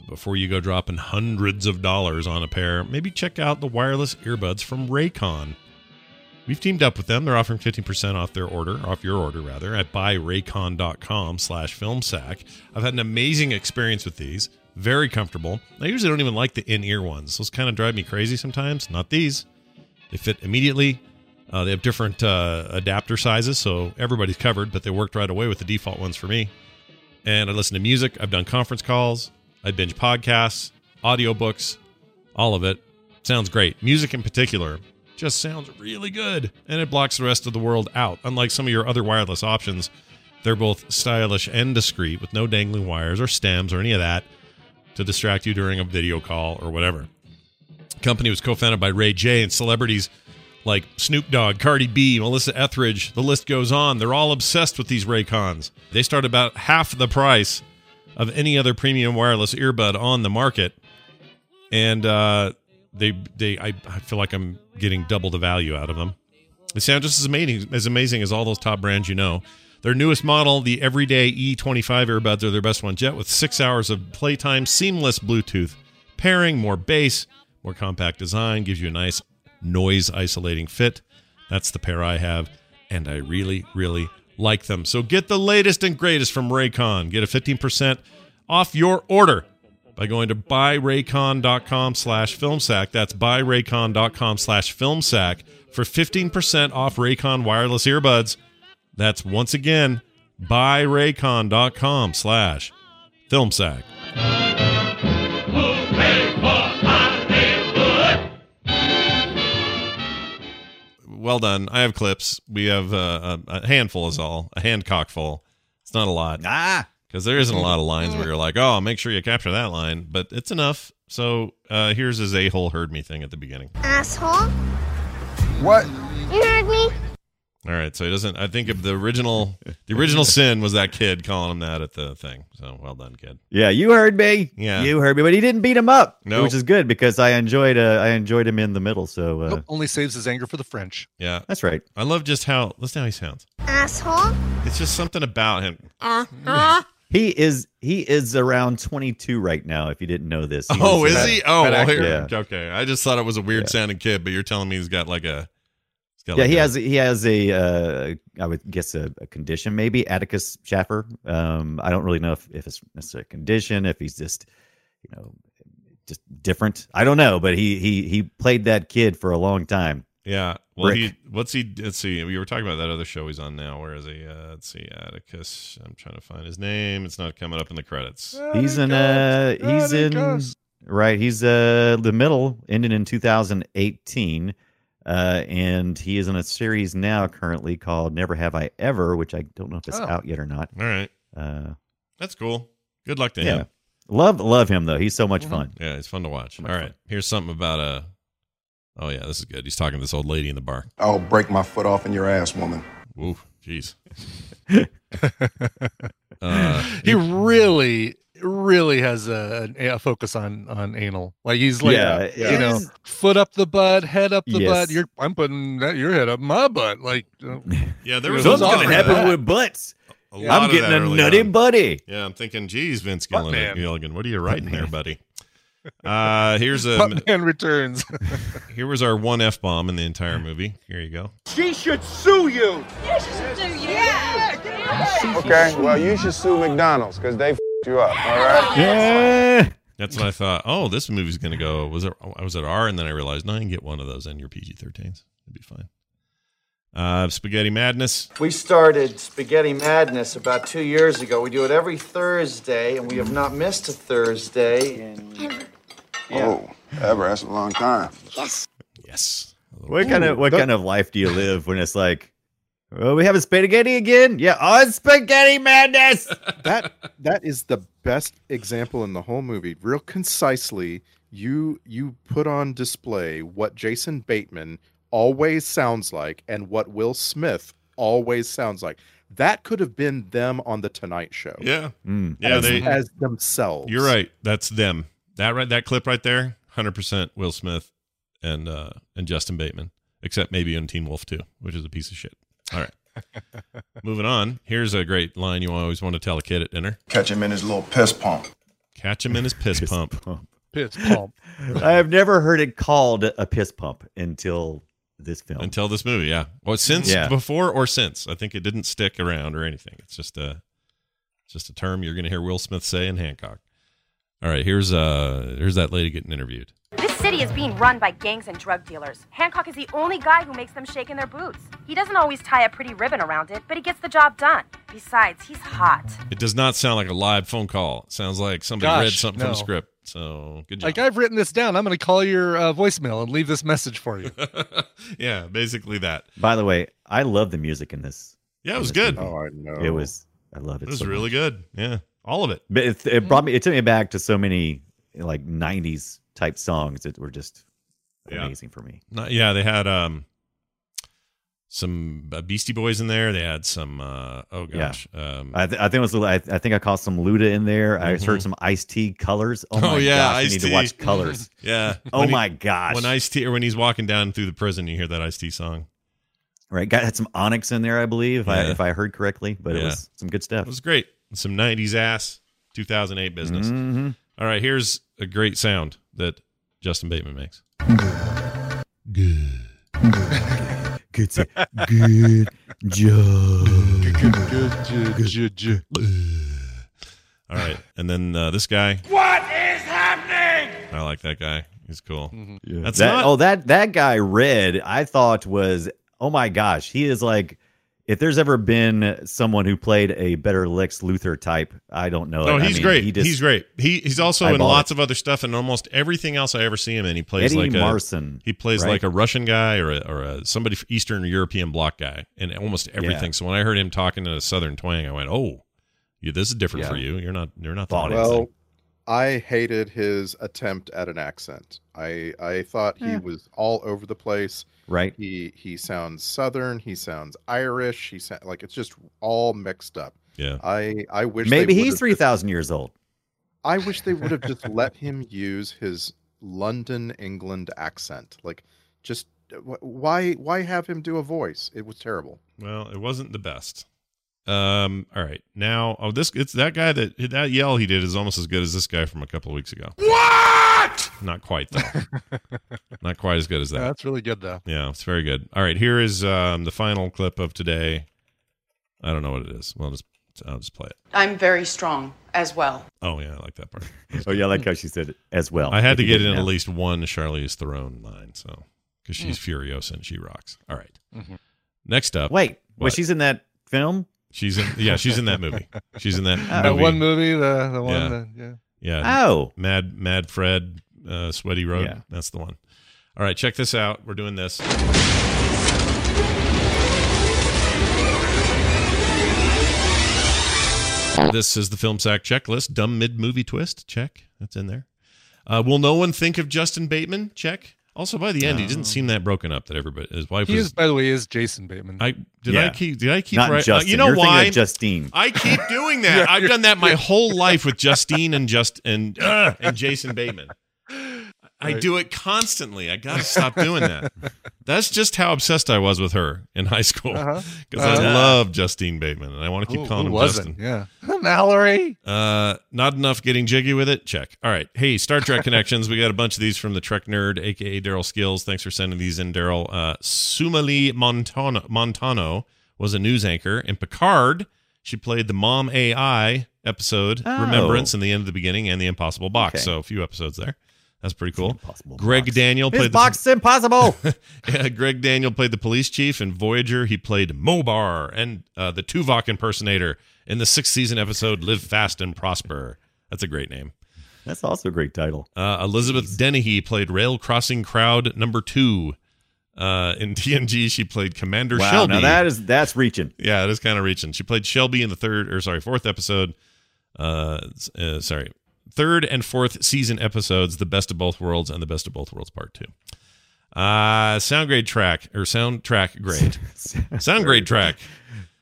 A: But before you go dropping hundreds of dollars on a pair, maybe check out the wireless earbuds from Raycon. We've teamed up with them. They're offering 15% off their order, off your order rather, at buyraycon.com slash filmsack. I've had an amazing experience with these. Very comfortable. I usually don't even like the in-ear ones. Those kind of drive me crazy sometimes. Not these. They fit immediately. Uh, they have different uh, adapter sizes, so everybody's covered, but they worked right away with the default ones for me. And I listen to music. I've done conference calls. I binge podcasts, audiobooks, all of it. Sounds great. Music in particular just sounds really good, and it blocks the rest of the world out. Unlike some of your other wireless options, they're both stylish and discreet with no dangling wires or stems or any of that to distract you during a video call or whatever. The company was co-founded by Ray J and celebrities like Snoop Dogg, Cardi B, Melissa Etheridge. The list goes on. They're all obsessed with these Raycons. They start about half the price of any other premium wireless earbud on the market, and uh, they they I, I feel like I'm getting double the value out of them. They sound just as amazing as amazing as all those top brands you know. Their newest model, the Everyday E E25 earbuds, are their best ones yet, with six hours of playtime, seamless Bluetooth pairing, more bass, more compact design, gives you a nice noise isolating fit. That's the pair I have, and I really, really like them. So get the latest and greatest from Raycon. Get a 15% off your order by going to buyraycon.com slash filmsack. That's buyraycon.com slash filmsack for 15% off Raycon wireless earbuds. That's once again buyraycon.com slash filmsack. Well done. I have clips. We have uh, a a handful is all, a handcock full. It's not a lot
E: Ah,
A: because there isn't a lot of lines
E: Mm.
A: where you're like, oh, make sure you capture that line, but it's enough. So uh, here's his a hole heard me thing at the beginning.
I: Asshole,
B: What?
E: Uh,
I: you heard me?
A: All right, so he doesn't. I think if the original, the original sin was that kid calling him that at the thing. So well done, kid.
E: yeah, you heard me.
A: Yeah.
E: you heard me. But he didn't beat him up,
A: No.
E: which is good because I enjoyed. Uh, I enjoyed him in the middle. So uh,
G: Nope, only saves his anger for the French.
A: Yeah,
E: that's right.
A: I love just how listen how he sounds.
I: Asshole,
A: It's just something about him.
E: He is. He is around 22 right now. If you didn't know this. He
A: Oh,
E: was,
A: is
E: uh,
A: he? Oh,
G: bad
A: well,
G: actor.
A: here- okay. I just thought it was a weird
E: Yeah.
A: sounding kid, but you're telling me he's got like a. He's got
E: Yeah,
A: like
E: he
A: a-
E: has he has a uh, I would guess a, a condition maybe Atticus Schaffer. Um, I don't really know if, if it's necessarily a condition, if he's just you know just different. I don't know, but he he he played that kid for a long time.
A: Yeah. Well,
E: Rick.
A: he what's he? Let's see. We were talking about that other show he's on now. Where is he? Uh, let's see. Atticus. I'm trying to find his name. It's not coming up in the credits.
E: He's in uh he's in right he's uh the middle ending in 2018. Uh, and he is in a series now currently called Never Have I Ever, which I don't know if it's
G: Oh.
E: out yet or not.
A: All right.
E: Uh,
A: That's cool. Good luck to
E: yeah.
A: him.
E: Love love him though. He's so much fun.
A: Yeah, it's fun to watch. All
E: Much
A: right.
E: fun.
A: Here's something about a. Oh yeah, this is good. He's talking to this old lady in the bar.
E: Oh,
J: I'll break my foot off in your ass, woman.
A: Ooh, jeez. uh,
G: He really, really has a, a focus on on anal. Like he's like,
E: Yeah,
G: you
E: it
G: know,
E: is-
G: foot up the butt, head up the
E: Yes.
G: butt. You're, I'm putting that, your head up my butt. Like, uh,
A: yeah, there
G: It
A: was
E: Something's
G: was
A: something
G: all
E: gonna
G: for
E: happen
G: that.
E: with butts.
A: A lot
E: I'm
A: of
E: getting
A: that
E: a
A: early
E: nutty
A: on.
E: buddy.
A: Yeah, I'm thinking, geez, Vince Gilligan,
G: man.
A: Gilligan, what are you writing there, buddy? Uh, here's
E: Mm.
A: a
G: Batman returns.
A: here was our one f bomb in the entire movie. Here you go.
J: Okay, well, you should sue McDonald's because they f- you up, all right?
E: Yeah.
A: That's what I thought. Oh, this movie's gonna go. Was it? I was at R, and then I realized, no, you can get one of those in your PG-13s. It'd be fine. Uh, Spaghetti Madness.
B: We started Spaghetti Madness about two years ago. We do it every Thursday, and we have not missed a Thursday. in-
J: Oh, ever. That's a long time.
A: Yes.
E: What kind of what kind of life do you live when it's like, oh, we have a spaghetti again? Yeah, on spaghetti madness.
F: that that is the best example in the whole movie. Real concisely, you you put on display what Jason Bateman always sounds like and what Will Smith always sounds like. That could have been them on the Tonight Show
A: Yeah.
E: Mm.
A: Yeah.
F: as,
A: They.
F: as themselves.
A: You're right. That's them. That right. That clip right there. 100% Will Smith and uh, and Justin Bateman, except maybe in Teen Wolf 2, which is a piece of shit. All right. Moving on. Here's a great line you always want to tell a kid at dinner.
J: Catch him in his little piss pump.
A: Catch him in his piss pump.
G: Piss pump.
E: I have never heard it called a piss pump until this film.
A: Until this movie, yeah. Well, since
E: Yeah.
A: before or since, I think it didn't stick around or anything. It's just a just a term you're going to hear Will Smith say in Hancock. All right, here's uh here's that lady getting interviewed.
C: This city is being run by gangs and drug dealers. Hancock is the only guy who makes them shake in their boots. He doesn't always tie a pretty ribbon around it, but he gets the job done. Besides, he's hot.
A: It does not sound like a live phone call. It sounds like somebody
G: Gosh,
A: read something from
G: no.
A: the script. So good job.
G: Like I've written this down. I'm going to call your uh, voicemail and leave this message for you.
A: yeah, basically that.
E: By the way, I love the music in this.
A: Yeah, it
E: in
A: was
E: this
A: good.
E: movie.
F: Oh, I know.
E: It was. I love it.
A: It was
E: so
A: really
E: much.
A: good. Yeah, all of it.
E: But it, it brought me. It took me back to so many like '90s type songs that were just
A: Yeah.
E: amazing for me.
A: Not, yeah, they had um some uh, Beastie Boys in there. They had some uh oh
E: Yeah.
A: gosh. Um
E: I, th- I think it was. a little- I, I think I caught some Luda in there. I
A: Mhm.
E: heard some Ice T colors. Oh,
A: Oh,
E: my
A: yeah,
E: gosh, I need
A: Ice-T.
E: to watch colors.
A: yeah.
E: oh
A: When he-
E: my gosh!
A: When Ice T or when he's walking down through the prison, you hear that Ice T song.
E: right, got had some Onyx in there, I believe. If, I,
A: Yeah.
E: if I heard correctly, but
A: Yeah.
E: it was some good stuff.
A: It was great. Some '90s ass, 2008 business.
E: Mhm.
A: All right, here's a great sound that Justin Bateman makes.
E: Good, sa- good job.
A: All right, and then uh, this guy. What is happening? I like that guy. He's cool. That's
E: that,
A: not.
E: oh that that guy red I thought was oh my gosh he is like if there's ever been someone who played a better Lex Luthor type I don't know
A: No,
E: it. I
A: he's
E: mean,
A: great.
E: he just,
A: he's great. He he's also in
E: Eyeball
A: lots of other stuff and almost everything else I ever see him in. He plays
E: Eddie
A: like
E: Marson
A: a he plays
E: right?
A: like a Russian guy or a, or a somebody from Eastern European bloc guy in almost everything. So when I heard him talking in a Southern twang, I went, "Oh, you, this is different
G: Yeah.
A: for you. You're not you're not the
E: Thought it.
A: normal
F: Well,
A: thing."
F: I hated his attempt at an accent. I I thought he was all over the place.
E: right
F: He he sounds southern. He sounds Irish. He sound, like it's just all mixed up.
A: Yeah.
F: I I wish they
E: maybe
F: would
E: he's
F: have
E: three
F: just-
E: thousand years old
F: I wish they would have just let him use his London, England accent. Like, just wh- why why have him do a voice? It was terrible.
A: Well, it wasn't the best. Um. All right. Now, oh, this it's that guy that that yell he did is almost as good as this guy from a couple of weeks ago. What? Not quite though. not quite as good as that.
G: Yeah, that's really good though.
A: Yeah, it's very good. All right, here is um, the final clip of today. I don't know what it is. Well, just I'll just play it.
K: I'm very strong as well.
A: Oh yeah, I like that part.
E: oh yeah I like how she said it as well
A: I had to
E: Oh, If
A: get
E: you
A: in
E: didn't
A: at
E: know.
A: least one Charlize Theron line, so because she's furious and she rocks. All right. Next up,
E: Mm. wait
A: What?
E: well she's in that film
A: she's in. Yeah, she's in that movie. She's in that
G: That
A: movie.
G: one movie, the the one,
A: Yeah.
G: yeah. That, yeah.
A: yeah,
E: Uh, oh
A: Mad Mad Fred, uh, Sweaty Road.
E: Yeah.
A: That's the one. All right, check this out. We're doing this. This is the film sack checklist. Dumb mid movie twist. Check. That's in there. Uh, will no one think of Justin Bateman? Check. Also, by the end, he didn't seem that broken up that everybody his wife
G: He
A: was.
G: is, by the way, is Jason Bateman.
A: I did. I
E: Yeah.
A: keep. Did I keep?
E: not
A: right? uh,
E: Justin
A: you know
E: You're thinking
A: why?
E: of Justine
A: I keep doing that. I've done that my whole life with Justine and just and uh, and Jason Bateman. I do it constantly. I gotta stop doing that. That's just how obsessed I was with her in high school
G: Uh-huh.
A: because I
G: Uh-huh.
A: love Justine Bateman and I want to keep
G: Who-
A: calling
G: who
A: him
G: wasn't?
A: Justin.
G: Yeah, Mallory.
A: Uh, not enough getting jiggy with it. Check. All right. Hey, Star Trek connections. We got a bunch of these from the Trek nerd, aka Daryl Skills. Thanks for sending these in, Daryl. Uh, Sumali Montano, Montano was a news anchor in Picard. She played the Mom AI episode,
E: Oh.
A: Remembrance, in the end of the beginning, and the Impossible Box.
E: Okay.
A: So a few episodes there. That's pretty cool.
E: Impossible
A: Greg
E: box.
A: Daniel
E: This
A: played the-
E: box is impossible
A: yeah, Greg Daniel played the police chief in Voyager. He played Mobar and uh, the Tuvok impersonator in the sixth season episode "Live Fast and Prosper." That's a great name.
E: that's also a great title
A: Uh, Elizabeth Dennehy played Rail Crossing Crowd Number Two uh, in TNG. She played Commander
E: wow
A: Shelby.
E: now that is that's reaching
A: yeah, it is kind of reaching. She played Shelby in the third or sorry fourth episode. Uh, s- uh, sorry, third and fourth season episodes, "The Best of Both Worlds" and "The Best of Both Worlds Part 2. Uh, sound grade track or sound track grade. Sound grade track.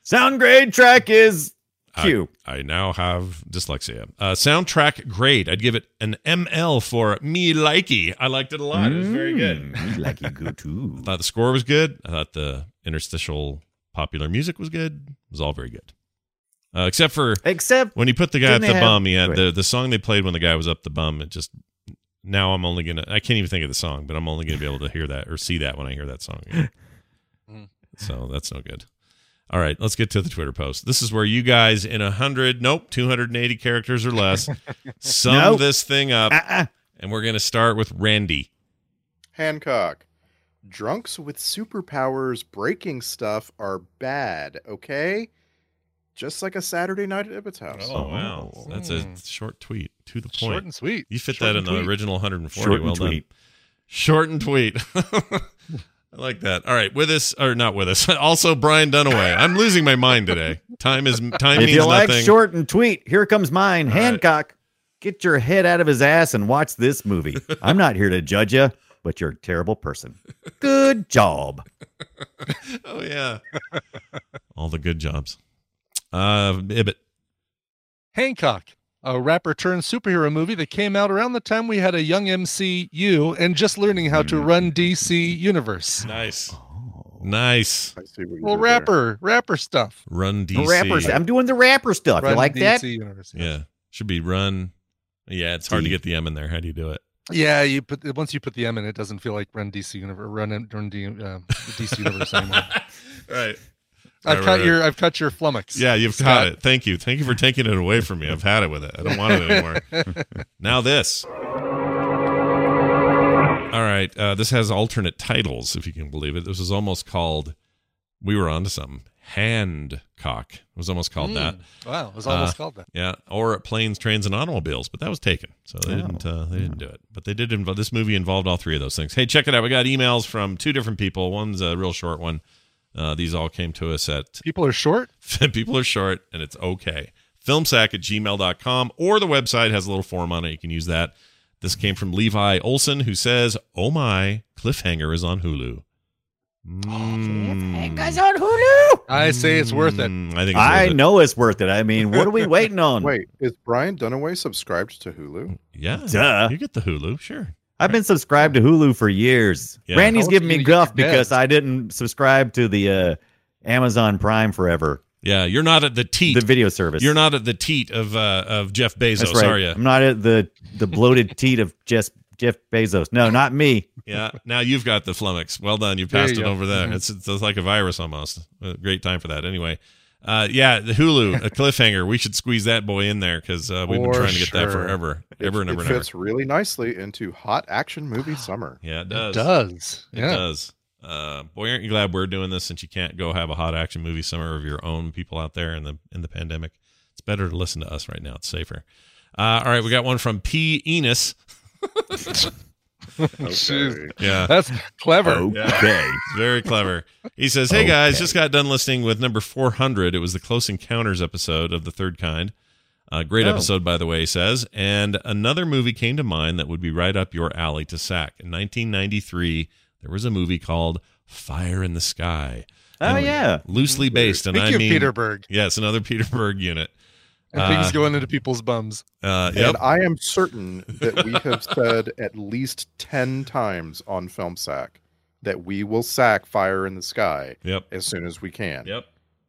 E: Sound grade track is Q.
A: I now have dyslexia. Uh, soundtrack grade. I'd give it an ML for me likey. I liked it a lot. It was very good.
E: Mm, like you go too.
A: I thought the score was good. I thought the interstitial popular music was good. It was all very good. Uh, except for
E: Except
A: when he put the guy
E: Didn't
A: up the
E: they have-
A: bum, yeah,
E: go
A: the, the song they played when the guy was up the bum, it just now I'm only gonna I can't even think of the song, but I'm only gonna be able to hear that or see that when I hear that song. again. so that's no good. All right, let's get to the Twitter post. This is where you guys in a hundred, nope, two hundred and eighty characters or less, sum
E: Nope.
A: this thing up,
E: Uh-uh.
A: and we're gonna start with Randy.
F: Hancock. Drunks with superpowers breaking stuff are bad, okay? Just like a Saturday night at Ibbott's house.
A: Oh wow, that's a
E: Hmm.
A: short tweet to the point.
G: Short and sweet.
A: You fit
G: Short
A: that in
G: and
A: the
G: tweet.
A: original 140.
E: Short and
A: well done.
E: tweet.
A: Short and tweet. I like that. All right, with us or not with us. Also, Brian Dunaway. I'm losing my mind today. Time is time
E: If
A: means
E: you like
A: nothing.
E: short and tweet, here comes mine.
A: All right.
E: Hancock, get your head out of his ass and watch this movie. I'm not here to judge you, but you're a terrible person. Good job.
A: oh yeah. All the good jobs. Uh, Ibbit.
G: Hancock, a rapper turned superhero movie that came out around the time we had a young MCU and just learning how
A: Mm.
G: to run DC Universe.
A: Nice.
E: Oh.
A: Nice.
F: I see what you
G: Well,
F: did there.
G: rapper, rapper stuff.
A: Run
E: The
A: DC.
E: Rapper, st- I'm doing the rapper stuff.
G: Run
E: Oh, you like
G: DC
E: that?
G: Universe.
A: Yeah. Should be run. Yeah, it's hard to
E: D.
A: get the M in there. How do you do it?
G: Yeah, you put once you put the M in, it doesn't feel like Run DC Universe, Run Run D, uh, DC Universe anymore.
A: Right.
G: I've
A: Right,
G: cut
A: right,
G: your I've cut your flummox.
A: Yeah, you've
G: Scott.
A: got it. Thank you. Thank you for taking it away from me. I've had it with it. I don't want it anymore. now this. All right. Uh, this has alternate titles, if you can believe it. This was almost called. We were onto something. Handcock. It was almost called
G: Hmm.
A: that.
G: Wow, it was
A: Uh.
G: almost called that.
A: Yeah, or at planes, trains, and automobiles, but that was taken, so they
G: Oh,
A: didn't uh, they didn't do it. But they did involve this movie involved all three of those things. Hey, check it out. We got emails from two different people. One's a real short one. Uh, these all came to us at
G: People are short.
A: people are short and it's okay filmsack at gmail.com or the website has a little form on it you can use that this came from levi olson who says oh my cliffhanger is on hulu Mm.
E: on Hulu.
G: I say it's worth it.
A: Mm, i think it's
E: I
A: worth it.
E: know it's worth it. I mean, what are we waiting on?
F: Wait, is Brian Dunaway subscribed to Hulu?
A: yeah
E: Duh.
A: you get the hulu sure
E: I've been subscribed to Hulu for years.
A: Yeah.
E: Randy's
G: How
E: giving
G: else are
E: me
G: you gonna
E: guff
G: get your
E: because
G: bed?
E: I didn't subscribe to the uh, Amazon Prime forever,
A: yeah you're not at the teat
E: the video service.
A: you're not at the teat of uh of jeff bezos
E: That's right.
A: are you
E: I'm not at the the bloated teat of Jeff Jeff Bezos. No, not me.
A: yeah now you've got the flummox well done you
G: There
A: passed
G: you
A: it
G: go.
A: over there
G: Mhm.
A: it's, it's like a virus almost a great time for that anyway uh yeah the hulu a cliffhanger we should squeeze that boy in there because uh, we've been
G: For
A: trying to get that
G: sure.
A: forever
F: It-
A: ever and
F: it
A: ever and ever
F: fits really nicely into hot action movie summer.
A: yeah it
G: It
A: does
G: does.
A: It
G: yeah.
A: does. uh boy aren't you glad we're doing this since you can't go have a hot action movie summer of your own people out there in the in the pandemic it's better to listen to us right now it's safer uh all right we got one from p enos
G: Jeez.
A: yeah
G: That's clever.
A: Oh,
E: Okay.
A: It's very clever. He says, "Hey guys, just got done listening with number 400. It was the Close Encounters episode of the Third Kind. Uh, great
E: Oh.
A: episode, by the way." He says, and another movie came to mind that would be right up your alley to sack. In 1993, there was a movie called Fire in the Sky.
E: Oh
A: And
E: yeah.
A: loosely based, and
G: Thank
A: I
G: you,
A: mean,
G: Peterberg.
A: yes, another Peterberg unit.
G: And
A: Uh,
G: things going into people's bums.
A: Uh, yep.
F: And I am certain that we have said at least 10 times on Film Sack that we will sack Fire in the Sky
A: Yep.
F: as soon as we can.
A: Yep.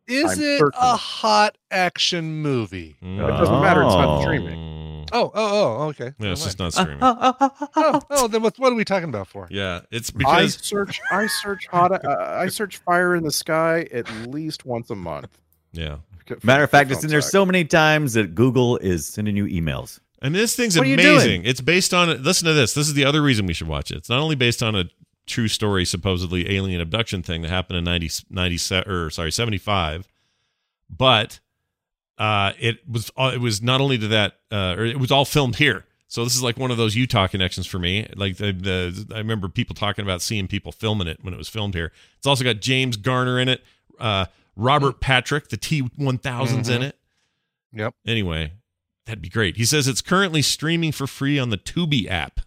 G: Is
F: I'm
G: it
F: certain.
G: a hot action movie?
A: Hmm. Mm.
F: It doesn't matter. It's not
E: Oh.
F: streaming.
G: Oh, oh, oh, okay.
A: Yeah, it's
G: Never
A: Mm. just
G: mind.
A: not streaming.
F: Uh-huh.
G: Oh, oh, then what, what are we talking about for?
A: Yeah, it's
F: I
A: because
F: search, I search hot, uh, I search Fire in the Sky at least once a month.
A: yeah,
E: Matter of fact, it's
F: Film
E: in there
F: Sack.
E: so many times that Google is sending you emails.
A: And this thing's
E: What are you
A: amazing. It's based on listen to this. This is the other reason we should watch it. It's not only based on a true story supposedly alien abduction thing that happened in 90 97 or sorry 75 but uh it was it was not only to that uh or it was all filmed here so this is like one of those utah connections for me like the, the i remember people talking about seeing people filming it when it was filmed here it's also got james garner in it uh robert patrick the t1000s in it
G: Mm. Mm-hmm. Yep.
A: Anyway, that'd be great. He says it's currently streaming for free on the Tubi app.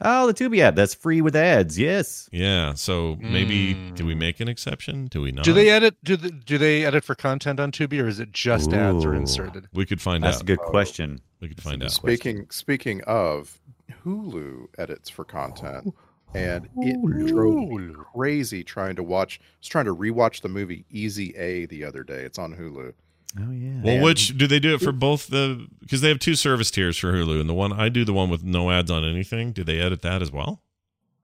E: Oh, the Tubi app. That's free with ads. Yes.
A: Yeah. So maybe do we make an exception? Do we not?
G: Mm. Do they edit? Do the, do they edit for content on Tubi, or is it just ads are
E: Ooh.
G: inserted?
A: We could find
E: That's
A: out.
E: a good
F: Oh.
E: question.
A: We could find out.
F: Speaking speaking of, Hulu edits for content, and it drove me crazy trying to watch. I was trying to rewatch the movie Easy A the other day. It's on Hulu.
E: Oh yeah.
A: Well,
F: And-
A: which do they do it for both the because they have two service tiers for Hulu, and the one I do the one with no ads on anything. Do they edit that as well?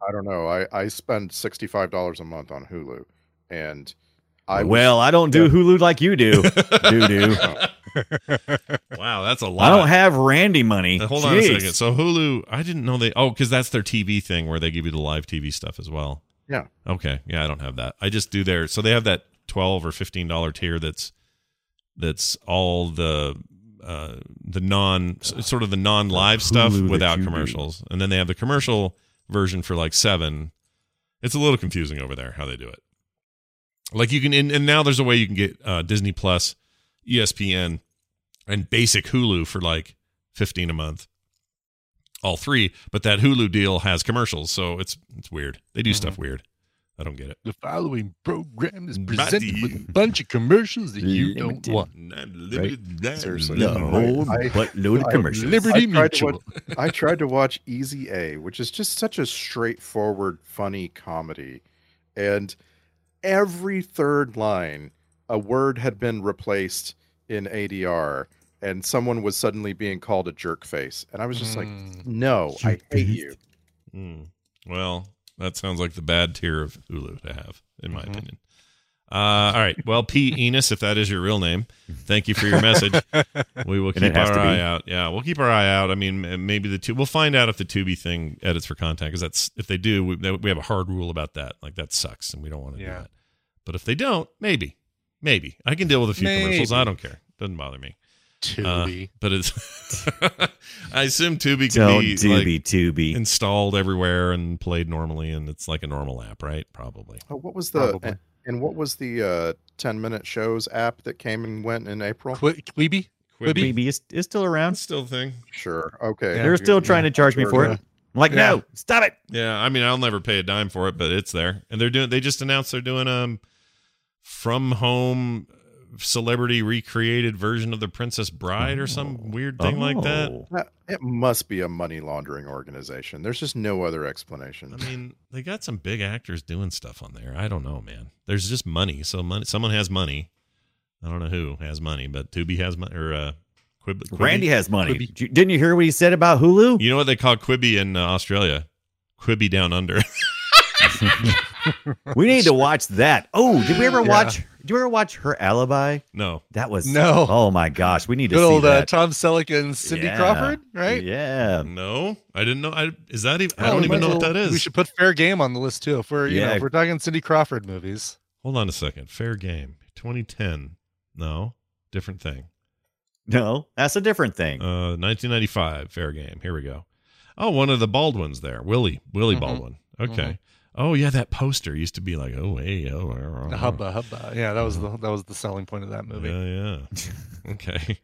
F: I don't know. I I spend sixty five dollars a month on Hulu, and I was-
E: well, I don't do Hulu like you do. do do.
A: Wow, that's a lot.
E: I don't have Randy money.
A: Uh, Hold on a
E: Jeez.
A: second. So Hulu, I didn't know they. Oh, because that's their TV thing where they give you the live TV stuff as well.
F: Yeah.
A: Okay. Yeah, I don't have that. I just do their. So they have that twelve or fifteen dollar tier that's that's all the uh the non s- sort of the non live stuff
E: Hulu that
A: without
E: you do.
A: commercials, and then they have the commercial version for like seven. It's a little confusing over there how they do it. Like you can, and, and now there's a way you can get uh, Disney Plus, E ESPN, and basic Hulu for like fifteen a month. All three, but that Hulu deal has commercials, so it's it's weird. They
E: Mm-hmm.
A: do stuff weird. I don't get it.
G: The following program is
A: Buddy.
G: presented with a bunch of commercials that you don't
E: Limited.
G: want.
F: Seriously.
E: The whole
F: I-
E: buttload of
F: I-
E: commercials.
G: Liberty
F: I tried, to
G: Mutual.
F: watch, I tried to watch Easy A, which is just such a straightforward, funny comedy. And every third line, a word had been replaced in ADR, and someone was suddenly being called a jerk face. And I was just
G: Mm.
F: like, no, I hate you.
A: Mm. Well, that sounds like the bad tier of Hulu to have, in
E: Mm-hmm.
A: my opinion. Uh, all right. Well, P. Enos, if that is your real name, thank you for your message. We will
E: And it
A: keep
E: has
A: our
E: to be.
A: eye out. Yeah, we'll keep our eye out. I mean, m- maybe the two. We'll find out if the Tubi thing edits for content because that's if they do, we, that- we have a hard rule about that. Like that sucks, and we don't want to do
G: Yeah.
A: that. But if they don't, maybe, maybe I can deal with a few commercials. I
G: Maybe.
A: don't care. Doesn't bother me. Uh,
G: Tubi.
A: but it's. I assume Tubi can
E: Don't
A: be
E: do
A: like,
E: be Tubi.
A: installed everywhere and played normally and it's like a normal app right probably
F: Oh, what was the
G: Probably.
F: and, and what was the uh, ten minute shows app that came and went in April?
G: Qui- Quibi. Quibi.
E: Maybe it's, it's still around.
A: still a thing
F: Sure. Okay.
E: They're still trying to charge me
F: Sure,
E: for it.
F: yeah.
E: I'm like, no, stop it.
A: yeah i mean i'll never pay a dime for it but it's there and they're doing they just announced they're doing um from home uh, celebrity recreated version of the princess bride or some weird thing like that
E: Oh.
F: That- It must be a money laundering organization. There's just no other explanation.
A: i mean they got some big actors doing stuff on there i don't know man there's just money so money someone has money i don't know who has money but tubi has money or uh Quib- Quibi?
E: Randy has money. Did you- Didn't you hear what he said about Hulu?
A: You know what they call Quibi in uh, Australia? Quibi down under.
E: We need to watch that. Oh, did we ever
G: Yeah.
E: watch? Did we ever watch her alibi?
A: no.
E: That was
G: No.
E: Oh my gosh, we need to
G: Good
E: see
G: old uh,
E: that.
G: Tom Selleck and Cindy
E: Yeah.
G: Crawford, right?
E: Yeah,
A: No. I didn't know I is that even I
G: Oh,
A: don't
G: we
A: even
G: might
A: know
G: as
A: what
G: well-
A: that is.
G: We should put Fair Game on the list too. If we're you know
E: Yeah.
G: if we're talking Cindy Crawford movies.
A: Hold on a second. Fair game. 2010. No. Different thing.
E: no, that's a different thing.
A: Uh 1995 fair game. Here we go. Oh, one of the Baldwins there. Willie. Willie
G: Mhm.
A: Baldwin. Okay. Oh yeah, that poster used to be like, oh hey, oh, oh,
G: Mm-hmm. The
A: oh.
G: hubba hubba. Yeah, that was the that was the selling point of that movie.
A: Uh-huh. Yeah, yeah. okay.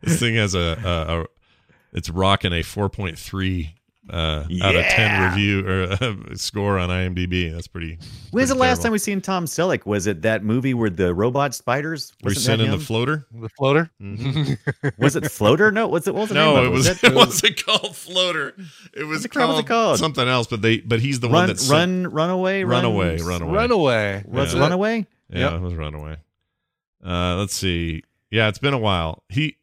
A: this thing has a, a, a it's rocking a 4.3 uh, out of 10
E: Yeah.
A: review or uh, score on IMDb. That's pretty.
E: When's
A: pretty
E: the last
A: terrible.
E: time we seen Tom Selleck? Was it that movie where the robot spiders?
A: Were you
E: wasn't that
A: sending the
E: him?
A: floater?
G: The floater.
A: Mm-hmm.
E: was it Floater? No, was it? What was the
A: No,
E: name of
A: it was
E: Was
A: it,
E: that-
A: wasn't called floater. It was
E: it
A: called,
E: called? What's it called?
A: something else. But they but he's the one
E: run,
A: that sent-
E: run, runaway,
A: runaway,
E: run,
A: runaway,
G: Runaway.
E: Was
A: Yeah.
E: it runaway?
A: Yeah,
G: Yep.
A: it was runaway. Uh, let's see. Yeah, it's been a while. He.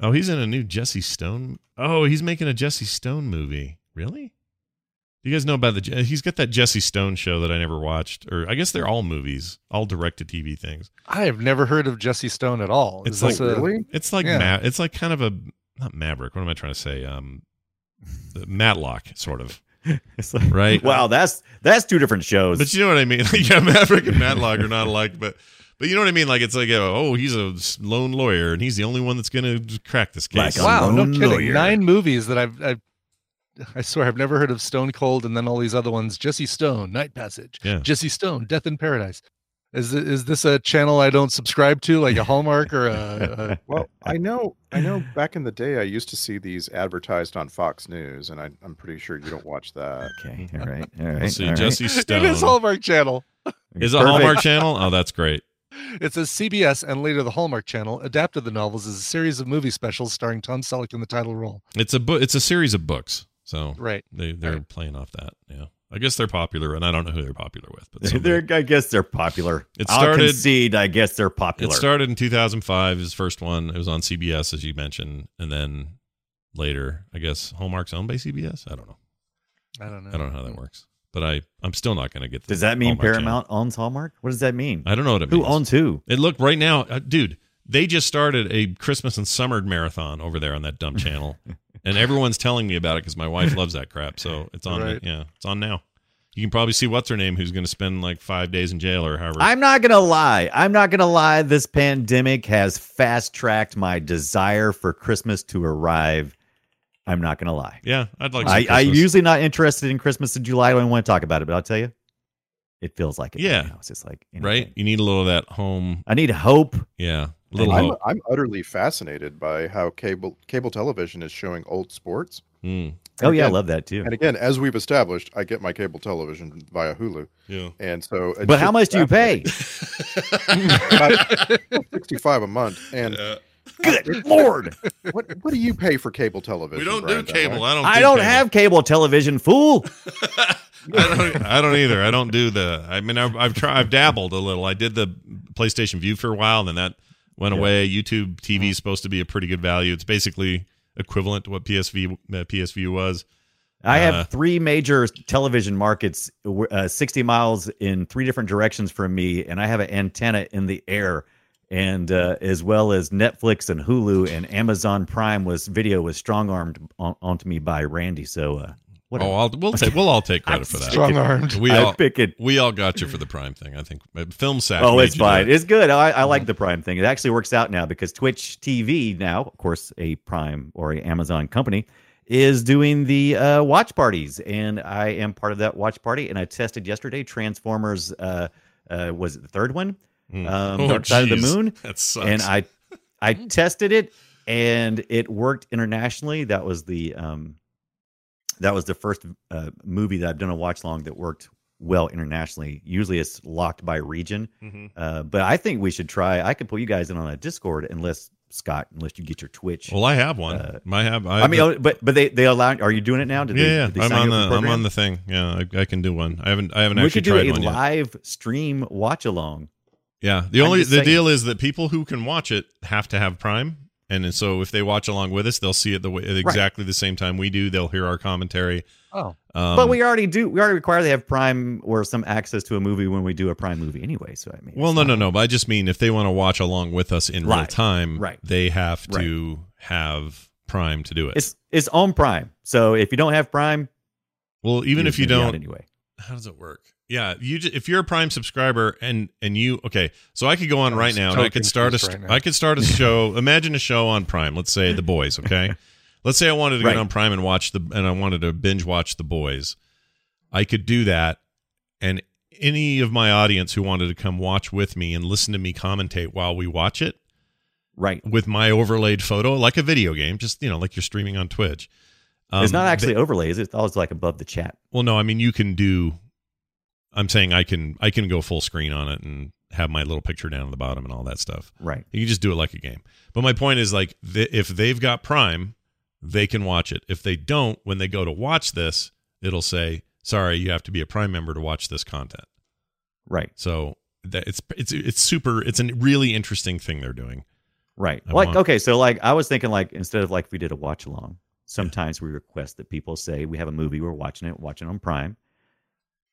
A: Oh, he's in a new Jesse Stone. Oh, he's making a Jesse Stone movie. Really? You guys know about the? Je- He's got that Jesse Stone show that I never watched, or I guess they're all movies, all direct to TV things.
G: I have never heard of Jesse Stone at all.
A: It's
G: Is
A: like
G: this a-
F: really?
A: It's like
G: Yeah.
A: Ma- it's like kind of a not Maverick. What am I trying to say? Um, the Matlock sort of.
E: It's like-
A: Right.
E: Wow, that's that's two different shows.
A: But you know what I mean? Like, yeah, Maverick and Matlock are not alike, but but you know what I mean? Like it's like oh, he's a lone lawyer and he's the only one that's gonna crack this case.
E: Like a
G: wow, no
E: lone
G: kidding.
E: lawyer.
G: Nine movies that I've, I've I swear I've never heard of Stone Cold and then all these other ones. Jesse Stone, Night Passage.
A: Yeah.
G: Jesse Stone, Death in Paradise. Is th- is this a channel I don't subscribe to, like a Hallmark or a? a
F: Well, I know, I know. Back in the day, I used to see these advertised on Fox News, and I, I'm pretty sure you don't watch that.
E: Okay, all right, all right,
A: see,
E: all right.
A: Jesse Stone
G: It is Hallmark Channel.
A: is a
E: Perfect.
A: Hallmark channel. Oh, that's great.
G: It says CBS and later the Hallmark Channel adapted the novels as a series of movie specials starring Tom Selleck in the title role.
A: It's a book. It's a series of books. So
G: Right.
A: they they're playing off that. Yeah, I guess they're popular, and I don't know who they're popular with, but
E: They're,
A: somebody-
E: I guess they're popular.
A: It
E: I'll
A: started-
E: concede. I guess they're popular.
A: it started in 2005. His first one. It was on CBS, as you mentioned, and then later, I guess Hallmark's owned by CBS. I don't know.
G: I don't know.
A: I don't know how that works, but I I'm still not going to get. the
E: does that mean
A: Hallmark channel.
E: Paramount owns Hallmark? What does that mean?
A: I don't know what it
E: Who
A: means.
E: owns who?
A: It looked right now, uh, dude. They just started a Christmas and summer marathon over there on that dumb channel, and everyone's telling me about it because my wife loves that crap. So it's on.
G: Right.
A: Yeah, it's on now. You can probably see what's her name, who's going to spend like five days in jail or however.
E: I'm not gonna lie. I'm not gonna lie. This pandemic has fast tracked my desire for Christmas to arrive. I'm not gonna lie.
A: yeah, I'd like. Some
E: I, I'm
A: Christmas.
E: usually not interested in Christmas in July. I don't want to talk about it, but I'll tell you, it feels like it.
A: Yeah.
E: right now. it's just like you know,
A: right. You need a little of that home.
E: I need hope.
A: Yeah, a little
F: I'm,
A: hope.
F: I'm utterly fascinated by how cable cable television is showing old sports.
A: Mm,
E: Oh yeah, I
F: Again-
E: love that too.
F: And again, as we've established, I get my cable television via Hulu,
A: yeah.
F: and so. it's
E: But how
F: just
E: much do you pay?
F: about Sixty-five a month, and
E: Good lord!
F: what what do you pay for cable television?
A: We don't do
F: Brandon?
A: cable. I don't.
E: I
A: do
E: don't
A: cable.
E: have cable television, fool.
A: I don't, I don't either. I don't do the. I mean, I've, I've tried. I've dabbled a little. I did the PlayStation View for a while, and then that went away. YouTube TV is supposed to be a pretty good value. It's basically equivalent to what PSV uh, PSV was.
E: I
A: Uh,
E: have three major television markets uh, 60 miles in three different directions from me, and I have an antenna in the air, and uh, as well as Netflix and Hulu and Amazon Prime was video was strong armed on, onto me by Randy. So uh, what?
A: Oh, I'll, we'll take we'll all take credit for that.
G: Strong armed.
A: We
E: I
A: all
E: pick it.
A: we all got you for the Prime thing. I think Uh, film sack.
E: Oh,
A: made
E: it's
A: you Mm-hmm. do
E: fine.
A: it.
E: It's good. I, I like the Prime thing. It actually works out now because Twitch TV now, of course, a Prime or a Amazon company, is doing the uh, watch parties, and I am part of that watch party. And I tested yesterday Transformers. Uh, uh, was it the third one? Um,
A: Oh,
E: Dark Side of the
A: geez.
E: Moon.
A: That sucks.
E: And I, I tested it, and it worked internationally. That was the um, that was the first uh, movie that I've done a watch long that worked well internationally. Usually, it's locked by region.
A: Mhm.
E: Uh, but I think we should try. I could pull you guys in on a Discord, unless Scott, unless you get your Twitch.
A: Well, I have one.
E: Uh,
A: I have. I,
E: I, mean, oh, but but they they allow. Are you doing it now? Did
A: yeah,
E: they,
A: yeah.
E: did they
A: I'm
E: sign
A: on
E: you up
A: the
E: for
A: I'm on
E: program?
A: the thing. Yeah, I, I can do one. I haven't I haven't
E: We
A: actually
E: could do
A: tried
E: a
A: one yet.
E: live stream watch along.
A: Yeah. The
E: I'm
A: only
E: just
A: the
E: saying.
A: deal is that people who can watch it have to have Prime, and then so if they watch along with us, they'll see it the way at exactly the same time we do. They'll hear our commentary.
G: Oh,
A: Um,
E: but we already do. We already require they have Prime or some access to a movie when we do a Prime movie anyway. So I mean,
A: well,
E: it's
A: no,
E: not-
A: no, no. But I just mean if they want to watch along with us in real
E: Live.
A: time,
E: Right.
A: They have to have Prime to do it.
E: It's it's on Prime. So if you don't have Prime,
A: well, even
E: you're
A: if you
E: gonna be out
A: don't,
E: anyway.
A: how does it work? Yeah, you ju- if you're a Prime subscriber and and you okay, so I could go on
G: I'm
A: right
G: so
A: now and I could start a
G: confused
A: st-
G: right now.
A: I could start a show. Imagine a show on Prime. Let's say The Boys. Okay, let's say I wanted to
E: Right.
A: get on Prime and watch the and I wanted to binge watch The Boys. I could do that, and any of my audience who wanted to come watch with me and listen to me commentate while we watch it
E: Right.
A: with my overlaid photo, like a video game, just you know, like you're streaming on Twitch. Um,
E: it's not
A: they-
E: actually overlays. It's always like above the chat.
A: well, no, I mean you can do. I'm saying I can I can go full screen on it and have my little picture down at the bottom and all that stuff.
E: Right.
A: You can just do it like a game. But my point is like th- if they've got Prime, they can watch it. If they don't, when they go to watch this, it'll say, "Sorry, you have to be a Prime member to watch this content."
E: Right.
A: So that it's it's it's super. It's a really interesting thing they're doing.
E: Right.
A: I
E: like
A: want-
E: okay, so like I was thinking like instead of like if we did a watch along, sometimes we request that people say we have a movie we're watching it, watching on Prime.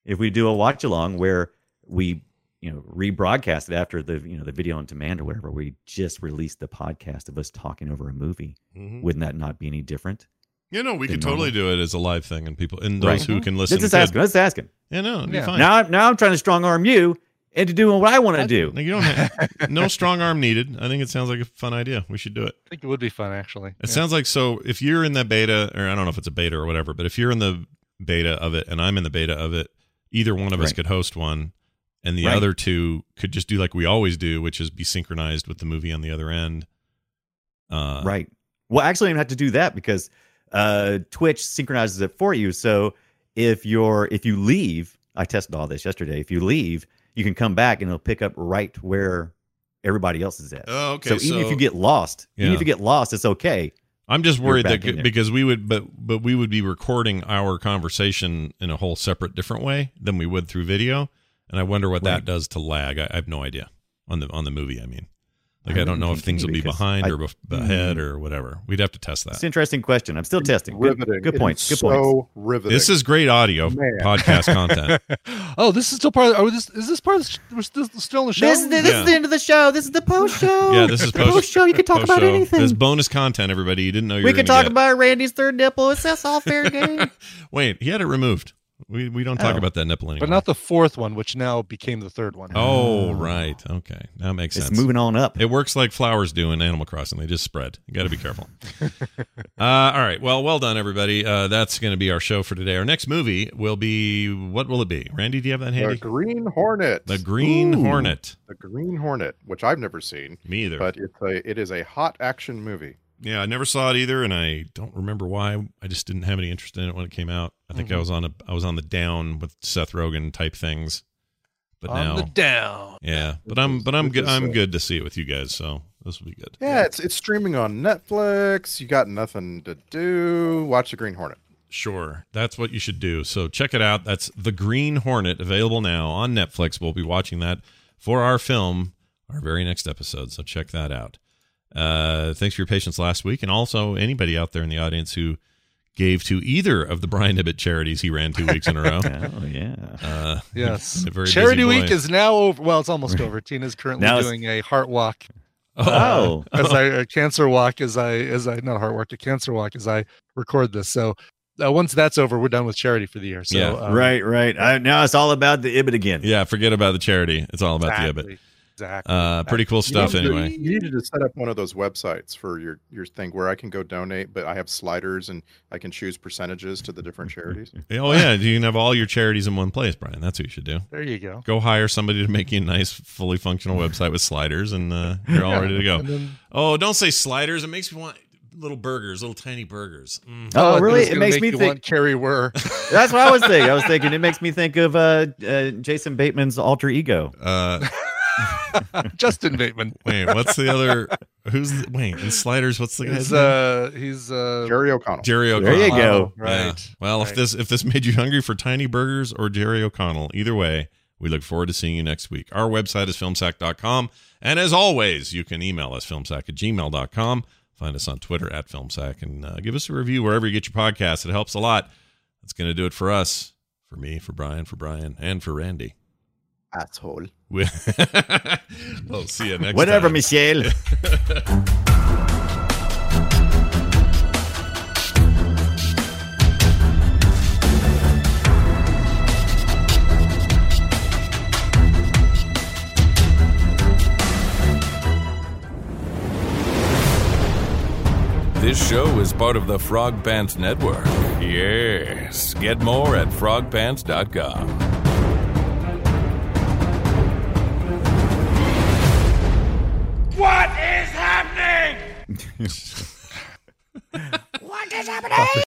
E: If we do a watch along where we you know rebroadcast it after the you know the video on demand or whatever, we just released the podcast of us talking over a movie.
A: Mm-hmm.
E: Wouldn't that not be any different?
A: You know, we
E: They're
A: could totally do it as a live thing, and people and those
E: Right.
A: who can listen.
E: Let's just
A: could.
E: ask. Let's ask him.
A: Yeah, no, it'd be
G: Yeah.
A: fine.
E: Now, I'm- now I'm trying to strong arm you into doing what I want to do.
A: No, you don't have no strong arm needed. I think it sounds like a fun idea. We should do it.
G: I think it would be fun actually.
A: It
G: Yeah.
A: sounds like so if you're in the beta, or I don't know if it's a beta or whatever, but if you're in the beta of it and I'm in the beta of it, either one of us
E: Right.
A: could host one and the
E: Right.
A: other two could just do like we always do, which is be synchronized with the movie on the other end. Uh,
E: Right. Well, actually, I don't have to do that because uh, Twitch synchronizes it for you. So if you're if you leave, I tested all this yesterday. If you leave, you can come back and it'll pick up right where everybody else is at.
A: Oh, okay,
E: So even
A: so-
E: if you get lost, even
A: Yeah.
E: if you get lost, it's okay.
A: I'm just worried
E: You're
A: that
E: back in there.
A: because we would, but but we would be recording our conversation in a whole separate different way than we would through video, and I wonder what that
E: Right.
A: does to lag. I, I have no idea on the on the movie. I mean, like
E: I
A: I, don't
E: wouldn't
A: know if
E: think
A: things will be
E: because
A: behind
E: I-
A: or bef- ahead or whatever. We'd have to test that.
E: It's an interesting question. I'm still testing. Good,
F: Riveting.
E: good
F: It
E: points. Good
F: is
E: points.
F: So riveting.
A: This is great audio
F: Man.
A: podcast content.
G: oh, this is still part of. Are this is this part of? The, we're still, still on the show.
E: This, is the- this
A: Yeah.
E: is the end of the show. This is the post show.
A: Yeah, this is
E: the post, show. You can talk about
A: post-show.
E: anything.
A: There's bonus content, everybody. You didn't know you
E: we
A: were
E: can
A: gonna
E: talk
A: get.
E: about Randy's third nipple. It's that's all fair game.
A: Wait, he had it removed. We we don't talk
E: Oh.
A: about that nipple anymore.
G: but not the fourth one, which now became the third one.
A: oh, right. Okay, that makes
E: it's
A: sense.
E: moving on up.
A: It works like flowers do in Animal Crossing. They just spread. You got to be careful. uh, all right. Well, well done, everybody. Uh, that's going to be our show for today. Our next movie will be what will it be? Randy, do you have that
F: the
A: handy?
F: Green Hornet.
A: The Green
E: Ooh.
A: Hornet.
F: The Green Hornet, which I've never seen,
A: Me either.
F: but it's a it is a hot action movie.
A: yeah, I never saw it either, and I don't remember why. I just didn't have any interest in it when it came out. I think
G: Mm-hmm.
A: I was on a I was on the down with Seth Rogen type things,
E: Oh,
A: but
G: on
A: now
G: the down.
A: yeah. But I'm but I'm
F: This
A: good.
F: is,
A: I'm
F: uh,
A: good to see it with you guys. So this will be good.
F: Yeah, it's it's streaming on Netflix. You got nothing to do. Watch the Green Hornet.
A: Sure. That's what you should do. So check it out. That's The Green Hornet available now on Netflix. We'll be watching that for our film, our very next episode. So check that out. Uh, thanks for your patience last week. And also, anybody out there in the audience who gave to either of the Brian Ibbett charities he ran two weeks in a row.
E: Oh yeah.
A: Uh,
G: Yes.
A: he's a very busy
G: Charity
A: boy.
G: Week is now over. Well, it's almost over. Tina's currently
E: Now it's-
G: doing a heart walk
E: Oh.
G: as I a cancer walk as I as I not heart walk a cancer walk as I record this. So uh, once that's over, we're done with charity for the year. So
A: Yeah.
G: um,
E: right, right. I, now it's all about the Ibid again.
A: Yeah, forget about the charity. It's all about
G: Exactly.
A: the Ibbett.
G: Exactly.
A: Uh, pretty cool stuff,
F: You need to-
A: anyway.
F: You needed to set up one of those websites for your your thing where I can go donate, but I have sliders and I can choose percentages to the different charities.
A: Oh, yeah. You can have all your charities in one place, Brian. That's what you should do.
G: there you
E: Oh,
G: go.
A: go hire somebody to make you a nice, fully functional website with sliders, and uh, you're all ready to go.
G: And then-
A: Oh, don't say sliders. It makes me want little burgers, little tiny burgers. Mm.
E: Oh,
G: it's
E: really?
G: gonna
E: It makes
G: make
E: me
G: you
E: think-
G: want Carrie Were.
E: That's what I was thinking. I was thinking it makes me think of uh, uh, Jason Bateman's alter ego.
A: Uh,
G: Justin Bateman.
A: wait, what's the other? Who's the, wait? And sliders. What's the guy's
G: He's
A: name?
G: uh he's uh
F: Jerry O'Connell.
A: Jerry
E: There
A: O'Connell.
E: you go.
A: Yeah.
G: right.
A: Well, if
G: right.
A: this if this made you hungry for tiny burgers or Jerry O'Connell, either way, we look forward to seeing you next week. Our website is filmsack.com. And as always, you can email us filmsack at gmail.com. Find us on Twitter at filmsack and uh, give us a review wherever you get your podcast. It helps a lot. That's going to do it for us, for me, for Brian, for Brian, and for Randy.
F: Asshole.
A: We- we'll see you next
E: Whatever,
A: time.
E: Michelle.
D: This show is part of the Frog Pants Network. Yes. Get more at frogpants.com.
E: What is happening?